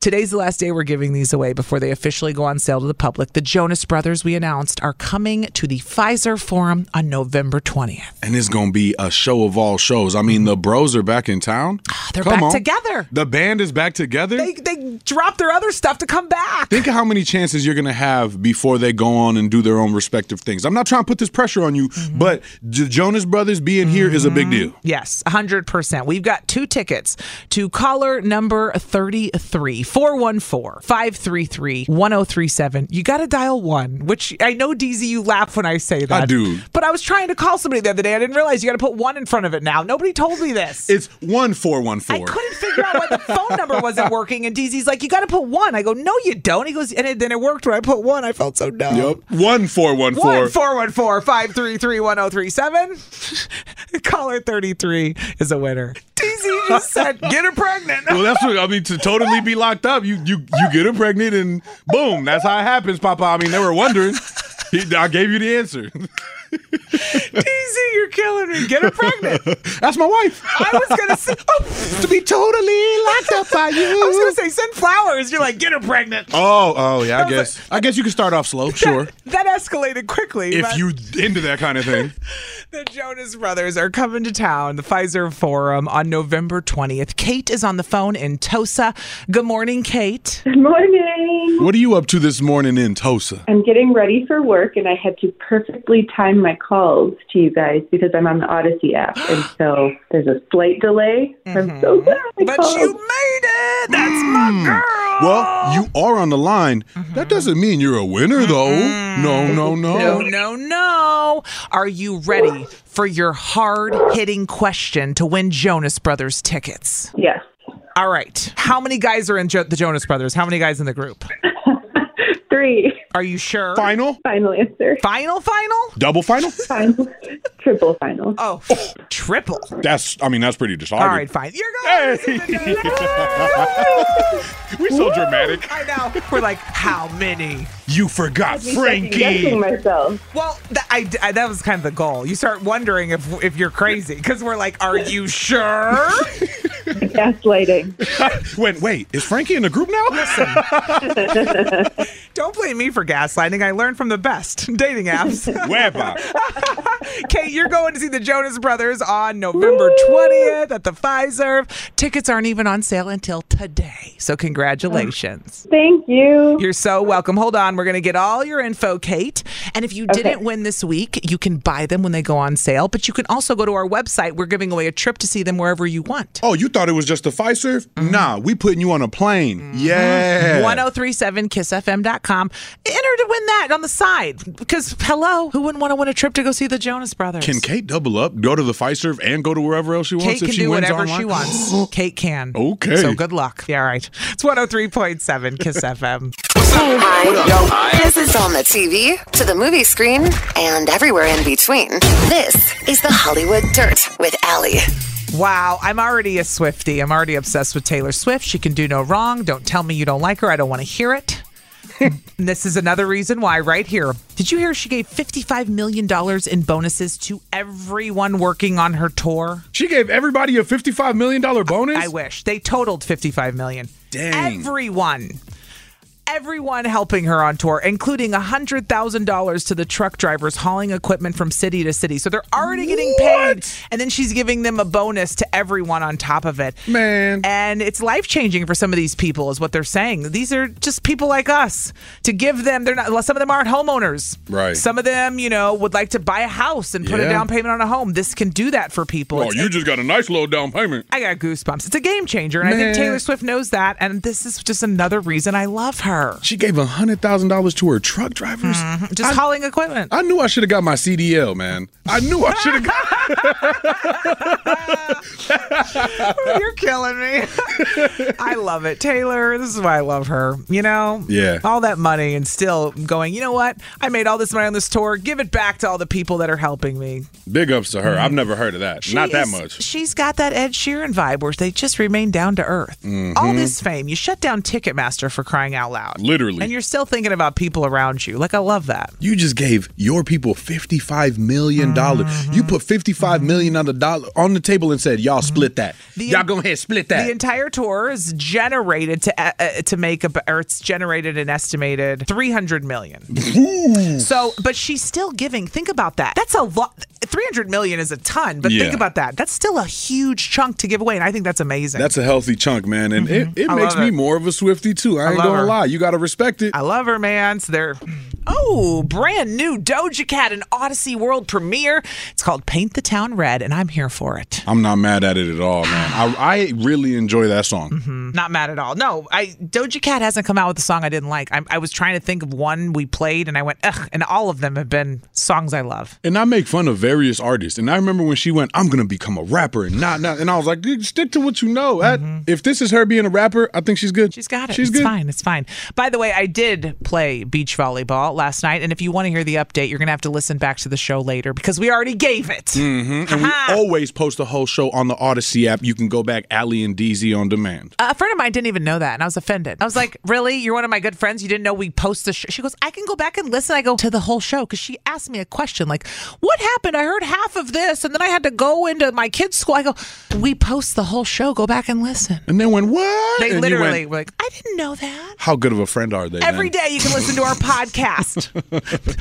S3: today's the last day we're giving these away before they officially go on sale to the public. The Jonas Brothers we announced are coming to the Pfizer Forum on November 20th.
S4: And it's gonna be a show of all shows. I mean, the bros are back in town.
S3: They're
S4: Come
S3: back
S4: on.
S3: together.
S4: The band is back together.
S3: They they dropped their other stuff to come back.
S4: Think of how many chances you're going to have before they go on and do their own respective things. I'm not trying to put this pressure on you,
S3: Mm-hmm.
S4: but the Jonas Brothers being here is a big deal.
S3: Yes, 100%. We've got two tickets to caller number 33 414 533 1037. You got to dial one, which I know, DZ, you laugh when I say that.
S4: do.
S3: But I was trying to call somebody the other day. I didn't realize you got to put one in front of it now. Nobody told me this.
S4: <laughs> It's 1414.
S3: phone number wasn't working, and DZ's like, "You got to put one." I go, "No, you don't." He goes, and it, then it worked when I put one. I felt so dumb.
S4: Yep. 1414.
S3: One four one four five three three one zero three seven. <laughs> Caller thirty three is a winner. DZ just said, "Get her pregnant." <laughs>
S4: well, that's what I mean. To totally be locked up, you you you get her pregnant, and boom, that's how it happens, Papa. I mean, they were wondering. He, I gave you the answer. <laughs>
S3: DZ, you're killing me. Get her pregnant.
S4: That's my wife.
S3: I was gonna say oh, to be totally locked up by you. I was gonna say send flowers. You're like, get her pregnant.
S4: Oh, oh yeah. I guess I guess you can start off slow. Sure.
S3: That escalated quickly.
S4: If
S3: but-
S4: you into that kind of thing,
S3: The Jonas Brothers are coming to town, the Pfizer Forum on November 20th. Kate is on the phone in Tosa. Good morning, Kate.
S10: Good morning.
S4: what are you up to this morning in Tosa?
S10: I'm getting ready for work, and I had to perfectly time my calls to you guys because I'm on the Odyssey
S5: <gasps>
S10: app, and so there's a slight delay. I'm so glad I
S3: But
S10: called.
S3: you made it. That's
S4: Hmm.
S3: my girl.
S4: Well, you are on the line. That doesn't mean you're a winner, though. No, no, no.
S3: No, no, no. Are you ready for your hard hitting question to win Jonas Brothers tickets?
S10: Yes.
S3: All right. How many guys are in jo- the Jonas Brothers? How many guys in the group?
S10: <laughs> Three.
S3: Are you sure?
S4: Final?
S10: Final answer.
S3: Final, final?
S4: Double final?
S10: Final. <laughs> Triple final.
S3: Oh, triple.
S4: That's. I mean, that's pretty decided.
S3: All right, fine. You're
S4: going. We're so dramatic.
S3: I know. We're like, how many?
S4: You forgot
S10: Had me second-guessing myself.
S3: Well, that, I, I- that was kind of the goal. You start wondering if if you're crazy because we're like, are you sure?
S10: Gaslighting.
S4: <laughs> Wait, wait. Is Frankie in the group now? <laughs>
S3: Don't blame me for gaslighting. I learned from the best <laughs> dating apps.
S10: <laughs>
S4: Webba.
S3: Kate, you're going to see the Jonas Brothers on November 20th at the Pfizer. Tickets aren't even on sale until today. So congratulations.
S10: Thank you.
S3: You're so welcome. Hold on. We're going to get all your info, Kate. And if you didn't win this week, you can buy them when they go on sale, but you can also go to our website. We're giving away a trip to see them wherever you want.
S4: Oh, you thought it was just a Fiserv?
S3: Mm-hmm.
S4: Nah, we putting you on a plane. Yeah.
S3: 1037kissfm.com. Enter to win that on the side because, hello, who wouldn't want to win a trip to go see the Jonas Brothers?
S4: Can Kate double up, go to the Fiserv, and go to wherever else she wants
S3: Kate
S4: if
S3: can
S4: she
S3: do
S4: wins
S3: whatever
S4: online?
S3: she
S4: <gasps>
S3: wants. Kate can.
S4: Okay.
S3: So good luck. Yeah, all right. It's 103.7 Kiss FM.
S2: Hey, This is on the TV, to the movie screen, and everywhere in between. This is the Hollywood Dirt with Allie.
S3: Wow, I'm already a Swifty. I'm already obsessed with Taylor Swift. She can do no wrong. Don't tell me you don't like her. I don't want to hear
S4: <laughs>
S3: it. And this is another reason why, right here. Did you hear she gave $55 million in bonuses to everyone working on her tour?
S4: She gave everybody a $55 million bonus?
S3: I wish. They totaled $55 million.
S4: Dang.
S3: Everyone. Everyone helping her on tour, including $100,000 to the truck drivers hauling equipment from city to city. So they're already getting paid. And then she's giving them a bonus to everyone on top of it.
S4: Man.
S3: And it's life changing for some of these people, is what they're saying. These are just people like us. To give them, they're not, well, some of them aren't homeowners.
S4: Right.
S3: Some of them, you know, would like to buy a house and put a
S4: Yeah.
S3: down payment on a home. This can do that for people.
S4: Oh,
S3: It's-
S4: you just got a nice low down payment.
S3: I got goosebumps. It's a game changer, and I
S4: Man.
S3: think Taylor Swift knows that. And this is just another reason I love her.
S4: She gave $100,000 to her truck drivers.
S3: Just hauling <laughs> equipment.
S4: I knew I should have got my CDL, man. I knew I should have got. <laughs>
S3: Oh, You're killing me. <laughs> I love it, Taylor. This is why I love her. You know,
S4: Yeah.
S3: all that money and still going. You know what? I made all this money on this tour. Give it back to all the people that are helping me.
S4: Big ups to her. I've never heard of that.
S3: She
S4: Not that
S3: is-
S4: much.
S3: She's got that Ed Sheeran vibe where they just remain down to earth. All
S4: Mhm.
S3: this fame, you shut down Ticketmaster for crying out loud.
S4: Literally.
S3: And you're still thinking about people around you. Like I love that.
S4: You just gave your people $55 million. You put $55 million on the, dollar, on the table and said, y'all split that. y'all go ahead, split that.
S3: The entire tour is generated to uh, uh, to make a or it's generated an estimated 300 million. so, but she's still giving. Think about that. That's a lot. 300 million is a ton, but think
S4: Yeah.
S3: about that. That's still a huge chunk to give away, and I think that's amazing.
S4: That's a healthy chunk, man. And it, it
S3: I
S4: makes
S3: love
S4: me
S3: it.
S4: more of a Swifty, too. I, ain't
S3: love
S4: going to
S3: her.
S4: lie. You got to respect it.
S3: I love her, man. So they're. Oh, brand new Doja Cat and Odyssey World premiere. It's called Paint the town red, and I'm here for it.
S4: I'm not mad at it at all, man. I, I really enjoy that song.
S3: Not mad at all. No, I Doja Cat hasn't come out with a song I didn't like. I, I was trying to think of one we played, and I went, ugh, and all of them have been songs I love.
S4: And I make fun of various artists. And I remember when she went, I'm gonna become a rapper and not not and I was like, dude, stick to what you know. That- if this is her being a rapper, I think she's good. She's
S3: Mm-hmm. Got it.
S4: She's
S3: it's
S4: good.
S3: fine. It's fine. By the way, I did play beach volleyball last night, and if you want to hear the update, you're gonna have to listen back to the show later because we already gave it.
S4: hmm And we always post the whole show on the Odyssey app. You can go back Ally and DZ on demand.
S3: A friend of mine didn't even know that, and I was offended. I was like, "Really? You're one of my good friends. You didn't know we post the show?" She goes, "I can go back and listen." I go to the whole show because she asked me a question like, "What happened? I heard half of this, and then I had to go into my kids' school." I go, "We post the whole show. Go back and listen."
S4: And they went, "What?"
S3: They
S4: And you
S3: literally
S4: went-
S3: were like, "I didn't know that."
S4: How good of a friend are they?
S3: Every day you can listen to our podcast.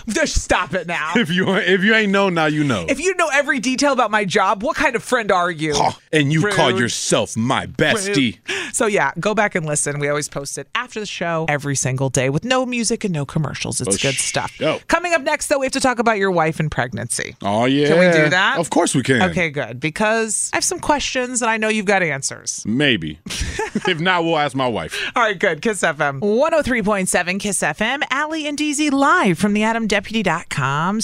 S3: Just stop it now.
S4: <laughs> If you if you ain't know now, you know.
S3: If you know every detail about my job, what kind of friend are you?
S4: and you call
S3: Rude.
S4: yourself my bestie.
S3: Rude. So yeah, go back and listen. We always post it after the show every single day with no music and no commercials. It's
S4: Oh,
S3: good stuff. Coming up next though, we have to talk about your wife and pregnancy.
S4: Oh yeah.
S3: Can we do that?
S4: Of course we can.
S3: Okay, good. Because I have some questions and I know you've got answers. <laughs>
S4: Maybe. if not, we'll ask my wife.
S3: All right, good. Kiss FM. 103.7 Kiss FM. Allie and DZ live from the AdamDeputy.com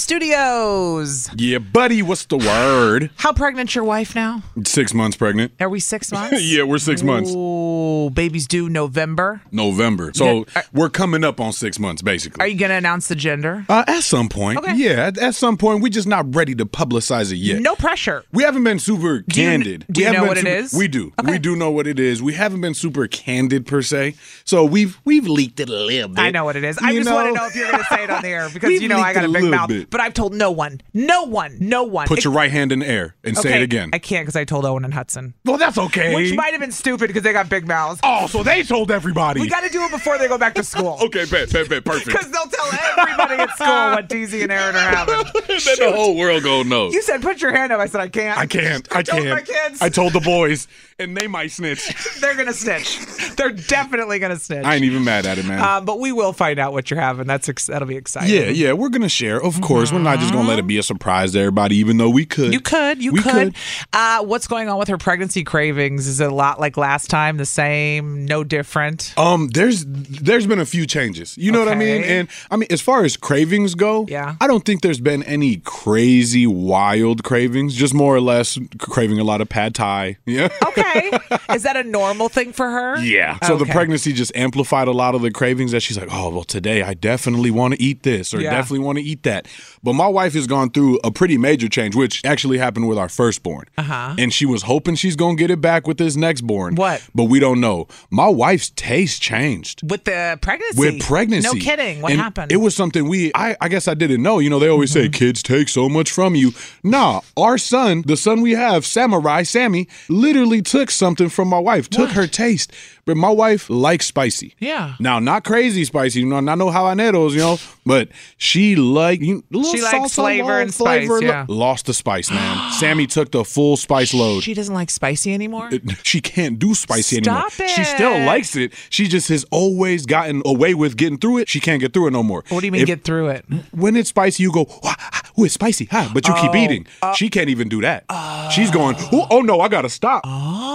S3: studios.
S4: Yeah, buddy, what's the word?
S3: How pregnant your wife now?
S4: Six months pregnant.
S3: Are
S4: <laughs>
S3: we six months?
S4: yeah, we're six months.
S3: Ooh, baby's due November.
S4: November. So we're coming up on six months, basically.
S3: Are you going to announce the gender?
S4: Uh, at some point.
S3: Okay.
S4: Yeah, at, at some point. We're just not ready to publicize it yet.
S3: No pressure.
S4: We haven't been super
S3: Do you-
S4: candid.
S3: do
S4: We
S3: you
S4: haven't
S3: know
S4: been
S3: what it
S4: super-
S3: is?
S4: We do. We do know what it is. We haven't been super candid per se. So we've we've leaked it a little bit.
S3: I know what it is. I
S4: You
S3: just want to
S4: know?
S3: know if you're going to say it on
S4: <laughs>
S3: the air because
S4: We've
S3: you know I
S4: leaked
S3: got a
S4: a
S3: big
S4: little
S3: mouth.
S4: bit.
S3: But I've told no one, no one, no one.
S4: Put your right hand in the air and say
S3: Okay,
S4: it again.
S3: I can't because I told Owen and Hudson.
S4: Well, that's okay.
S3: Which might have been stupid because they got big mouths.
S4: Oh, so they told everybody.
S3: We got to do it before they go back to school.
S4: <laughs> okay, bet, bet, bet,
S3: <laughs>
S4: perfect.
S3: Because they'll tell everybody at school what DZ and Aaron are having.
S4: <laughs> then the whole world go knows.
S3: You said put your hand up. I said I can't.
S4: I can't.
S3: <laughs>
S4: I,
S3: told
S4: can't.
S3: my kids.
S4: I told the boys, and they might snitch.
S3: They're gonna snitch. They're definitely gonna snitch.
S4: I ain't even mad at it, man.
S3: Um, but we will find out what you're having. That's ex- that'll be exciting.
S4: yeah, yeah, we're gonna share. Of course, we're not just gonna let it be a surprise to everybody, even though we could.
S3: You could. You
S4: We
S3: could. Uh, what's going on with her pregnancy cravings? Is it a lot like last time? The same? No different?
S4: Um, there's there's been a few changes. You know what I mean?
S3: Okay.
S4: And I mean, as far as cravings go, yeah, I don't think there's been any crazy wild cravings. Just more or less craving a lot of pad thai. Yeah.
S3: Okay. <laughs> Is that a normal thing for her?
S4: Yeah. So the
S3: Okay.
S4: pregnancy just amplified a lot of the cravings that she's like, oh, well, today I definitely want to eat this or
S3: Yeah.
S4: definitely want to eat that. But my wife has gone through a pretty major change, which actually happened with our firstborn.
S3: Uh-huh.
S4: And she was hoping she's going to get it back with this next born.
S3: What?
S4: But we don't know. My wife's taste changed.
S3: With the pregnancy.
S4: With pregnancy.
S3: No kidding. What
S4: And
S3: happened? Mm-hmm.
S4: It was something we, I, I guess I didn't know. You know, they always say kids take so much from you. Nah, our son, the son we have, Samurai Sammy, literally took something from my wife, took her taste. But my wife likes spicy.
S3: Yeah.
S4: Now, not crazy spicy, you know, not no habaneros, you know, but she like you know, little
S3: She likes
S4: salsa,
S3: flavor
S4: little
S3: and spice,
S4: flavor,
S3: yeah.
S4: Lost the spice,
S3: <gasps>
S4: man. Sammy took the full spice load.
S3: She doesn't like spicy anymore?
S4: It- she can't do spicy anymore.
S3: Stop
S4: She still
S3: it.
S4: likes it. She just has always gotten away with getting through it. She can't get through it no more.
S3: What do you mean
S4: If-
S3: get through it?
S4: When it's spicy, you go, "Wah, ah, ooh, it's spicy, huh? But you keep
S3: Oh,
S4: eating. she can't even do that. She's going, "Ooh, oh no, I gotta stop.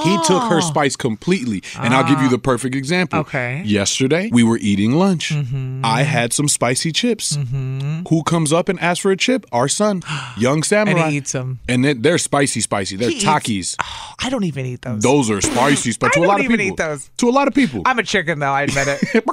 S4: He took
S3: Oh.
S4: her spice completely. And I'll give you the perfect example.
S3: Ah. Okay. Mm-hmm.
S4: Yesterday, we were eating lunch. I had some spicy chips. Who comes up and asks for a chip? Our
S3: <gasps>
S4: son, young samurai.
S3: And he eats 'em.
S4: And they- they're spicy, spicy. They're
S3: He eats-
S4: Takis.
S3: I don't even eat those.
S4: Those are spicy, but to
S3: I
S4: a lot
S3: don't
S4: of
S3: even
S4: people.
S3: eat those.
S4: To a lot of people. <laughs>
S3: I'm a chicken, though. I admit it.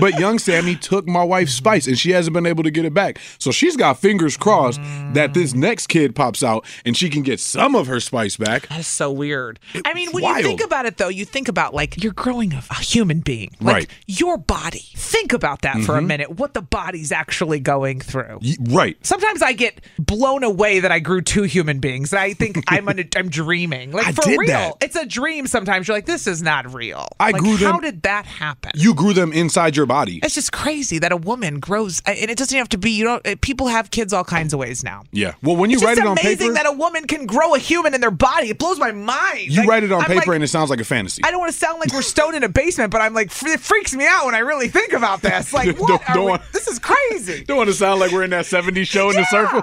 S4: But young Sammy took my wife's spice, and she hasn't been able to get it back. So she's got fingers crossed that this next kid pops out, and she can get some of her spice back.
S3: That is so weird. I mean, when
S4: wild.
S3: you think about it, though, you think about like you're growing a, a human being, like
S4: Right.
S3: your body. Think about that for a
S4: Mhm.
S3: minute. What the body's actually going through.
S4: right.
S3: Sometimes I get blown away that I grew two human beings. And I
S4: <laughs>
S3: think I'm an, I'm dreaming. Like
S4: I
S3: for
S4: did
S3: real,
S4: that.
S3: it's a dream. Sometimes you're like, this is not real.
S4: I
S3: Like,
S4: grew them-
S3: How did that happen?
S4: You grew them inside your body.
S3: It's just crazy that a woman grows, and it doesn't have to be. You know, eh, people have kids all kinds of ways now.
S4: Yeah. Well, when you
S3: it's
S4: write
S3: just
S4: it on
S3: amazing
S4: paper,
S3: that a woman can grow a human in their body. It blows my mind.
S4: you
S3: Like,
S4: write it on
S3: I'm
S4: paper
S3: like,
S4: and it sounds like a fantasy.
S3: I don't want to sound like we're stoned in a basement, but I'm like, fr- it freaks me out when I really think
S4: <laughs>
S3: about this. Like, what?
S4: Don't-
S3: are
S4: don't
S3: we-
S4: want-
S3: <laughs> this
S4: <laughs>
S3: is crazy.
S4: don't want to sound like we're in that 70s show in the circle.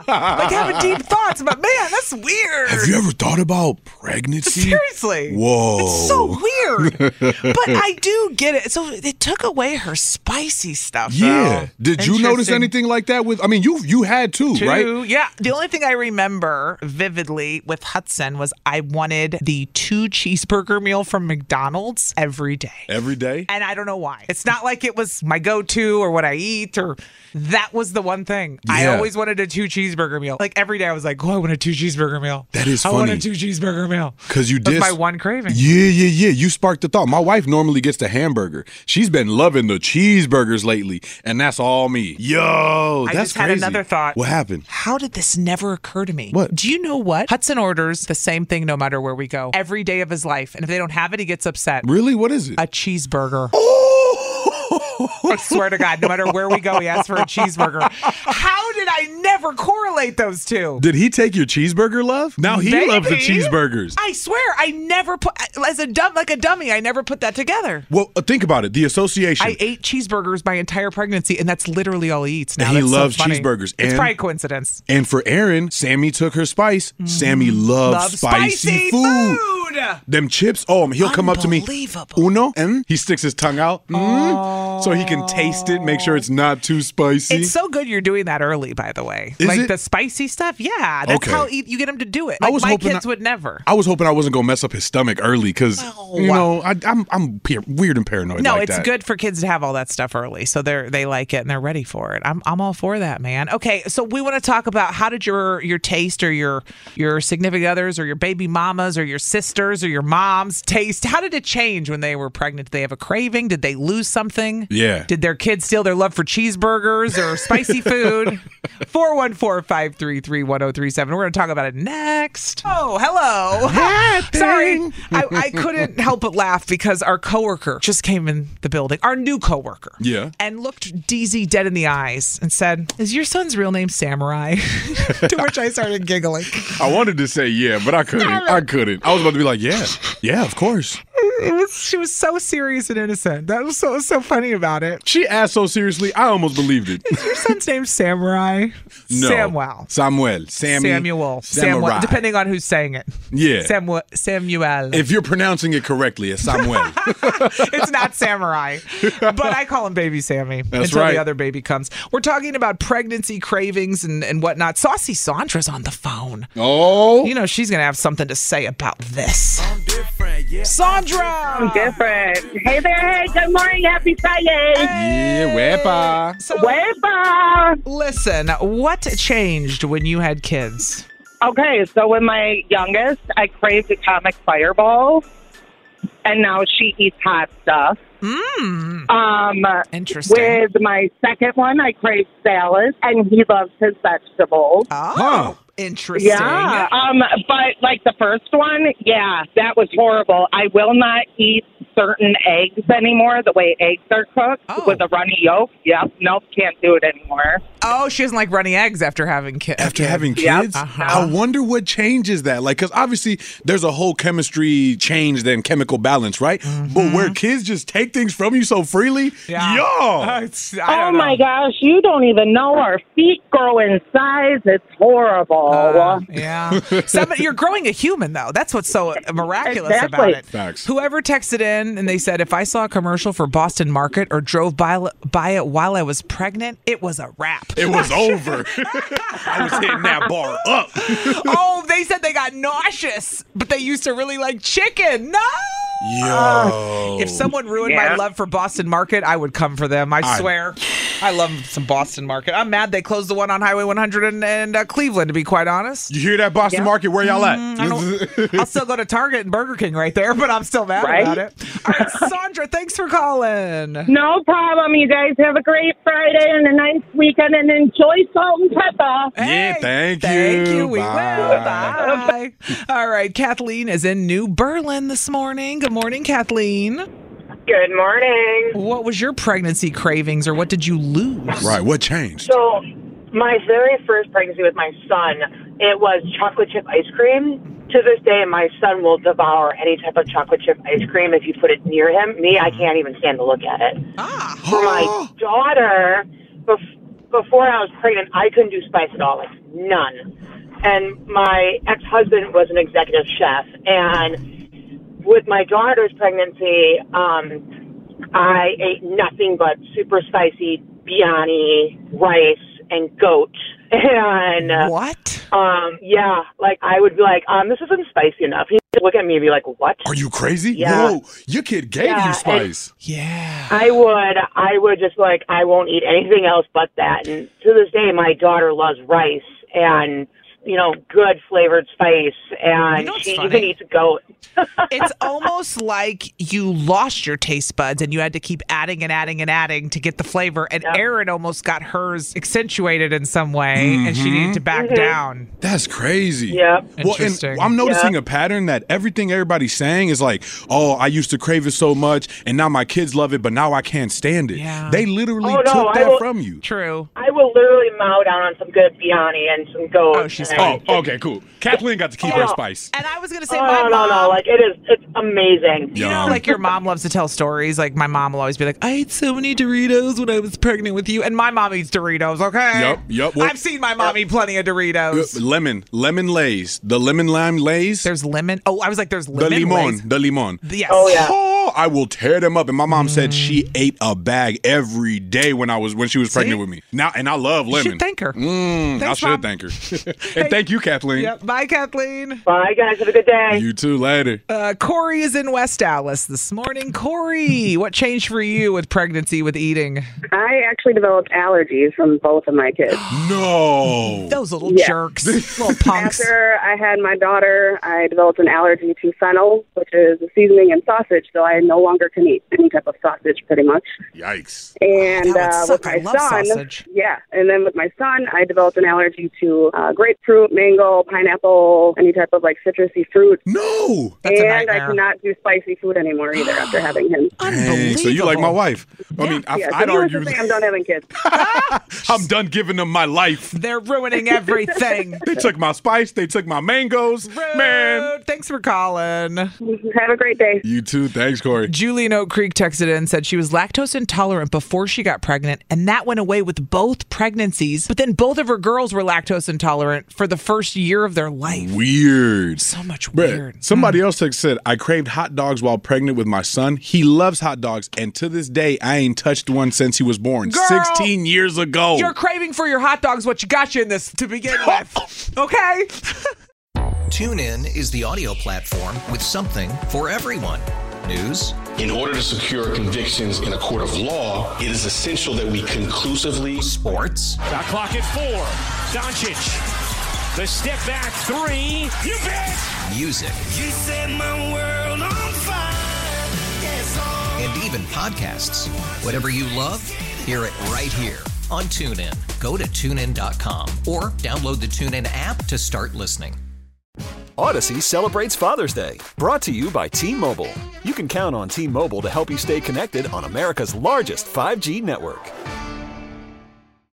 S4: <laughs>
S3: like having deep thoughts, but man, that's weird.
S4: Have you ever thought about pregnancy?
S3: Seriously.
S4: Whoa.
S3: It's so
S4: <laughs>
S3: weird. but I do get it. So it took away her spicy stuff.
S4: Yeah. Did you notice
S3: anything?
S4: anything like that with I mean you you had two,
S3: Two,
S4: right?
S3: Yeah. The only thing I remember vividly with Hudson was I wanted the two cheeseburger meal from McDonald's every day.
S4: Every day?
S3: And I don't know why. It's not like it was my go to or what I eat or that was the one thing. I
S4: Yeah.
S3: always wanted a two cheeseburger meal. Like every day I was like, oh, I want a two cheeseburger meal.
S4: That is
S3: I want a
S4: funny.
S3: two cheeseburger meal.
S4: Cuz you
S3: That's
S4: did
S3: my one craving.
S4: Yeah, yeah, yeah. You sparked the thought. My wife normally gets the hamburger. She's been loving the cheeseburgers lately, and that's all me. Yo,
S3: I
S4: that's
S3: just had
S4: crazy.
S3: another thought.
S4: What happened?
S3: How did this never occur to me? What? Do you know what? Hudson orders the same thing no matter where we go every day of his life. And if they don't have it, he gets upset.
S4: Really? What is it? Oh!
S3: A cheeseburger. I swear to God, no matter where we go, he asks for a cheeseburger. How did I never correlate those two?
S4: Did he take your cheeseburger love? Now he loves the
S3: Maybe.
S4: cheeseburgers.
S3: I swear, I never put as a dumb like a dummy. I never put that together.
S4: Well, uh, think about it. The association.
S3: I ate cheeseburgers my entire pregnancy, and that's literally all he eats now.
S4: And he
S3: That's so
S4: loves
S3: funny.
S4: cheeseburgers,
S3: It's
S4: and-
S3: probably a coincidence.
S4: and for Aaron, Sammy took her spice. Sammy loves
S3: Mm, Loves spicy
S4: spicy food. Them chips. Oh, he'll come up to me. Uno, and he sticks his tongue out. Mm, So he can taste it, make sure it's not too spicy.
S3: It's so good you're doing that early, by the way.
S4: Is
S3: like
S4: it?
S3: the spicy stuff. Yeah, that's
S4: Okay.
S3: how e- you get him to do it.
S4: I
S3: Like
S4: was
S3: my
S4: hoping
S3: kids
S4: I-
S3: would never.
S4: I was hoping I wasn't gonna mess up his stomach early, cause you
S3: No.
S4: know I, I'm I'm pe- weird and paranoid.
S3: No,
S4: like
S3: it's
S4: that.
S3: good for kids to have all that stuff early, so they're they like it and they're ready for it. I'm I'm all for that, man. Okay, so we want to talk about how did your your taste or your your significant others or your baby mamas or your sisters or your moms taste? How did it change when they were pregnant? Did they have a craving? Did they lose something?
S4: Yeah.
S3: Did their kids steal their love for cheeseburgers or spicy food? 414-533-1037. We're going to talk about it next. Oh, hello. <laughs> Sorry. I, I couldn't help but laugh because our coworker just came in the building, our new coworker,
S4: Yeah.
S3: and looked DZ dead in the eyes and said, Is your son's real name Samurai? <laughs> to which I started giggling.
S4: I wanted to say yeah, but I couldn't. I couldn't. I was about to be like, yeah, yeah, of course.
S3: It was, she was so serious and innocent. That was so, so funny about it.
S4: She asked so seriously, I almost believed it.
S3: Is your son's name Samurai?
S4: <laughs> No.
S3: Samwell.
S4: Samuel. Sammy,
S3: Samuel. Samuel.
S4: Samurai.
S3: Depending on who's saying it.
S4: Yeah.
S3: Samuel. Samuel.
S4: If you're pronouncing it correctly, it's Samuel.
S3: <laughs> it's not samurai, but I call him Baby Sammy
S4: That's
S3: until
S4: right.
S3: the other baby comes. We're talking about pregnancy cravings and, and whatnot. Saucy Sandra's on the phone.
S4: Oh,
S3: you know she's gonna have something to say about this. Sandra, I'm
S12: different. Hey there, hey, good morning, happy Friday.
S4: yeah, wepa.
S3: So,
S12: Wepa.
S3: Listen, what changed when you had kids?
S12: Okay, so when my youngest, I craved atomic fireball, and now she eats hot stuff. Mm. Um,
S3: Hmm, Interesting.
S12: With my second one, I crave salad, and he loves his vegetables.
S3: Oh, interesting.
S12: Yeah. Um, but like the first one, yeah, that was horrible. I will not eat certain eggs anymore, the way eggs are cooked with a runny yolk. Yep. Nope. Can't do it anymore.
S3: Oh, she doesn't like runny eggs after having kids. Uh-huh.
S4: After having kids, I wonder what changes that. Like, because obviously there's a whole chemistry change then chemical balance, right? But
S3: Mm-hmm.
S4: where kids just take things from you so freely,
S12: Yeah.
S3: Uh,
S4: yo.
S12: oh my gosh, you don't even know our feet grow in size. It's horrible.
S3: yeah. Somebody, you're growing a human, though. That's what's so miraculous
S12: Exactly.
S3: about it. Whoever texted in and they said, if I saw a commercial for Boston Market or drove by, by it while I was pregnant, it was a
S4: <laughs>
S3: wrap.
S4: It was
S3: <laughs>
S4: over. I was hitting that bar up.
S3: oh, they said they got nauseous, but they used to really like chicken. No.
S4: Yo.
S3: Uh, If someone ruined my
S4: Yeah.
S3: love for Boston Market, I would come for them. I
S4: I-
S3: swear. I love some Boston Market. I'm mad they closed the one on Highway 100 and, and uh, Cleveland, to be quite honest.
S4: You hear that, Boston Market? Where y'all
S3: Mm,
S4: at? <laughs>
S3: I'll still go to Target and Burger King right there, but I'm still mad
S12: Right?
S3: about it. All right, Sandra, thanks for calling.
S12: No problem. You guys have a great Friday and a nice weekend, and enjoy salt and pepper.
S4: yeah, thank you.
S3: Thank you. We
S4: Bye.
S3: will. Bye. All right, Kathleen is in New Berlin this morning. Good morning, Kathleen.
S13: Good morning.
S3: What was your pregnancy cravings, or what did you lose?
S4: Right, what changed?
S13: So My very first pregnancy with my son, it was chocolate chip ice cream. To this day, my son will devour any type of chocolate chip ice cream if you put it near him. Me,
S5: Mm-hmm.
S13: I can't even stand to look at it. For
S4: <gasps>
S13: my daughter, bef- before I was pregnant, I couldn't do spice at all, like none. And my ex-husband was an executive chef, and with my daughter's pregnancy, um, I ate nothing but super spicy biryani, rice, and goat. <laughs> And uh,
S3: what?
S13: Um, yeah, like I would be like, um, this isn't spicy enough. He'd look at me and be like, what?
S4: Are you crazy?
S13: Yeah.
S4: Whoa, your kid gave
S13: Yeah,
S4: you
S13: and-
S4: spice.
S13: I would, I would just like, I won't eat anything else but that. And to this day, my daughter loves rice and you know good flavored spice, and she even eats goat.
S3: it's almost like you lost your taste buds and you had to keep adding and adding and adding to get the flavor. And Erin almost got hers accentuated in some way, and she needed to back
S13: Mm-hmm.
S4: Mhm.
S3: down.
S4: That's crazy.
S3: Yeah.
S4: Well, and
S3: Interesting.
S4: I'm noticing
S3: Yeah.
S4: a pattern that everything everybody's saying is like, oh, I used to crave it so much, and now my kids love it, but now I can't stand it. They literally
S13: Oh, no,
S4: took
S13: I
S4: that
S13: will-
S4: from you.
S3: True.
S13: I will literally mow down on some good biryani and some goat. Oh, she's
S4: Oh, okay, cool. Kathleen got to keep her spice.
S3: And I was gonna say,
S13: oh,
S3: my
S13: no, no, no,
S3: mom-
S13: like it is, it's amazing.
S3: You know, like your mom loves to tell stories. Like my mom will always be like, "I ate so many Doritos when I was pregnant with you," and my mom eats Doritos. Okay.
S4: Yep, yep, well-
S3: I've seen my mom eat plenty of Doritos.
S4: Uh, Lemon, lemon lays, the lemon lime lays.
S3: There's lemon. Oh, I was like, there's
S4: the
S3: lemon
S4: limon,
S3: Lays.
S4: the limon.
S3: Yes. Oh, yeah.
S4: Oh, I will tear them up. And my mom said she ate a bag every day when I was when she was pregnant
S3: Mm. See?
S4: with me. Now, and I love lemon.
S3: should thank her.
S4: Mm,
S3: Thanks,
S4: I should
S3: Mom.
S4: thank her.
S3: <laughs>
S4: and thank you, Kathleen.
S3: Yep. Bye, Kathleen.
S13: Bye, guys. Have a good day.
S4: You too. Later.
S3: Uh, Corey is in West Dallas this
S4: <laughs>
S3: morning. Corey, what changed for you with pregnancy with eating?
S14: I actually developed allergies from both of my kids.
S4: No.
S3: Those little
S4: <laughs>
S3: jerks, little punks.
S14: After I had my daughter, I developed an allergy to fennel, which is a seasoning in sausage, so I no longer can eat any type of sausage pretty much.
S4: Yikes.
S15: That
S14: And
S15: would
S14: uh,
S15: suck.
S14: with
S15: I
S14: my
S15: love
S14: son,
S15: sausage.
S14: yeah, and then with my son, I developed an allergy to uh, grapefruit, mango, pineapple, any type of like citrusy fruit.
S4: No,
S15: That's a
S14: and I
S15: nightmare.
S14: cannot do spicy food anymore
S15: <gasps>
S14: either after having him.
S4: Dang, so you like my wife? I mean, I,
S14: yeah, so
S4: I'd
S14: needless to
S4: argue
S14: say, I'm done having kids.
S4: <laughs> I'm done giving them my life.
S3: They're ruining
S4: <laughs>
S3: everything.
S4: they took my spice. They took my mangoes. Man.
S3: Thanks for calling.
S14: Have a great day.
S4: You too. Thanks, Corey.
S3: Julie in Oak Creek texted in and said she was lactose intolerant before she got pregnant, and that went away with both pregnancies. But then both of her girls were lactose intolerant for the first year of their life.
S4: Weird. So
S3: much Hmm.
S4: weird. Somebody else text said, I craved hot dogs while pregnant with my son. He loves hot dogs, and to this day, I ain't touched one since he was born.
S3: Girl,
S4: 16 years ago.
S3: Your craving for your hot dogs, what you got you in this
S4: <laughs>
S3: to begin with. Okay. <laughs>
S16: TuneIn is the audio platform with something for everyone. News,
S17: In order to secure convictions in a court of law, it is essential that we conclusively
S16: sports,
S18: The clock at four. Doncic. The step back three. You bet.
S16: music,
S6: You set my world on fire. Yes, oh.
S16: and even podcasts. Whatever you love, hear it right here on TuneIn. Go to tunein.com or download the TuneIn app to start listening.
S1: Odyssey celebrates Father's Day, brought to you by T Mobile. You can count on T Mobile to help you stay connected on America's largest 5G network.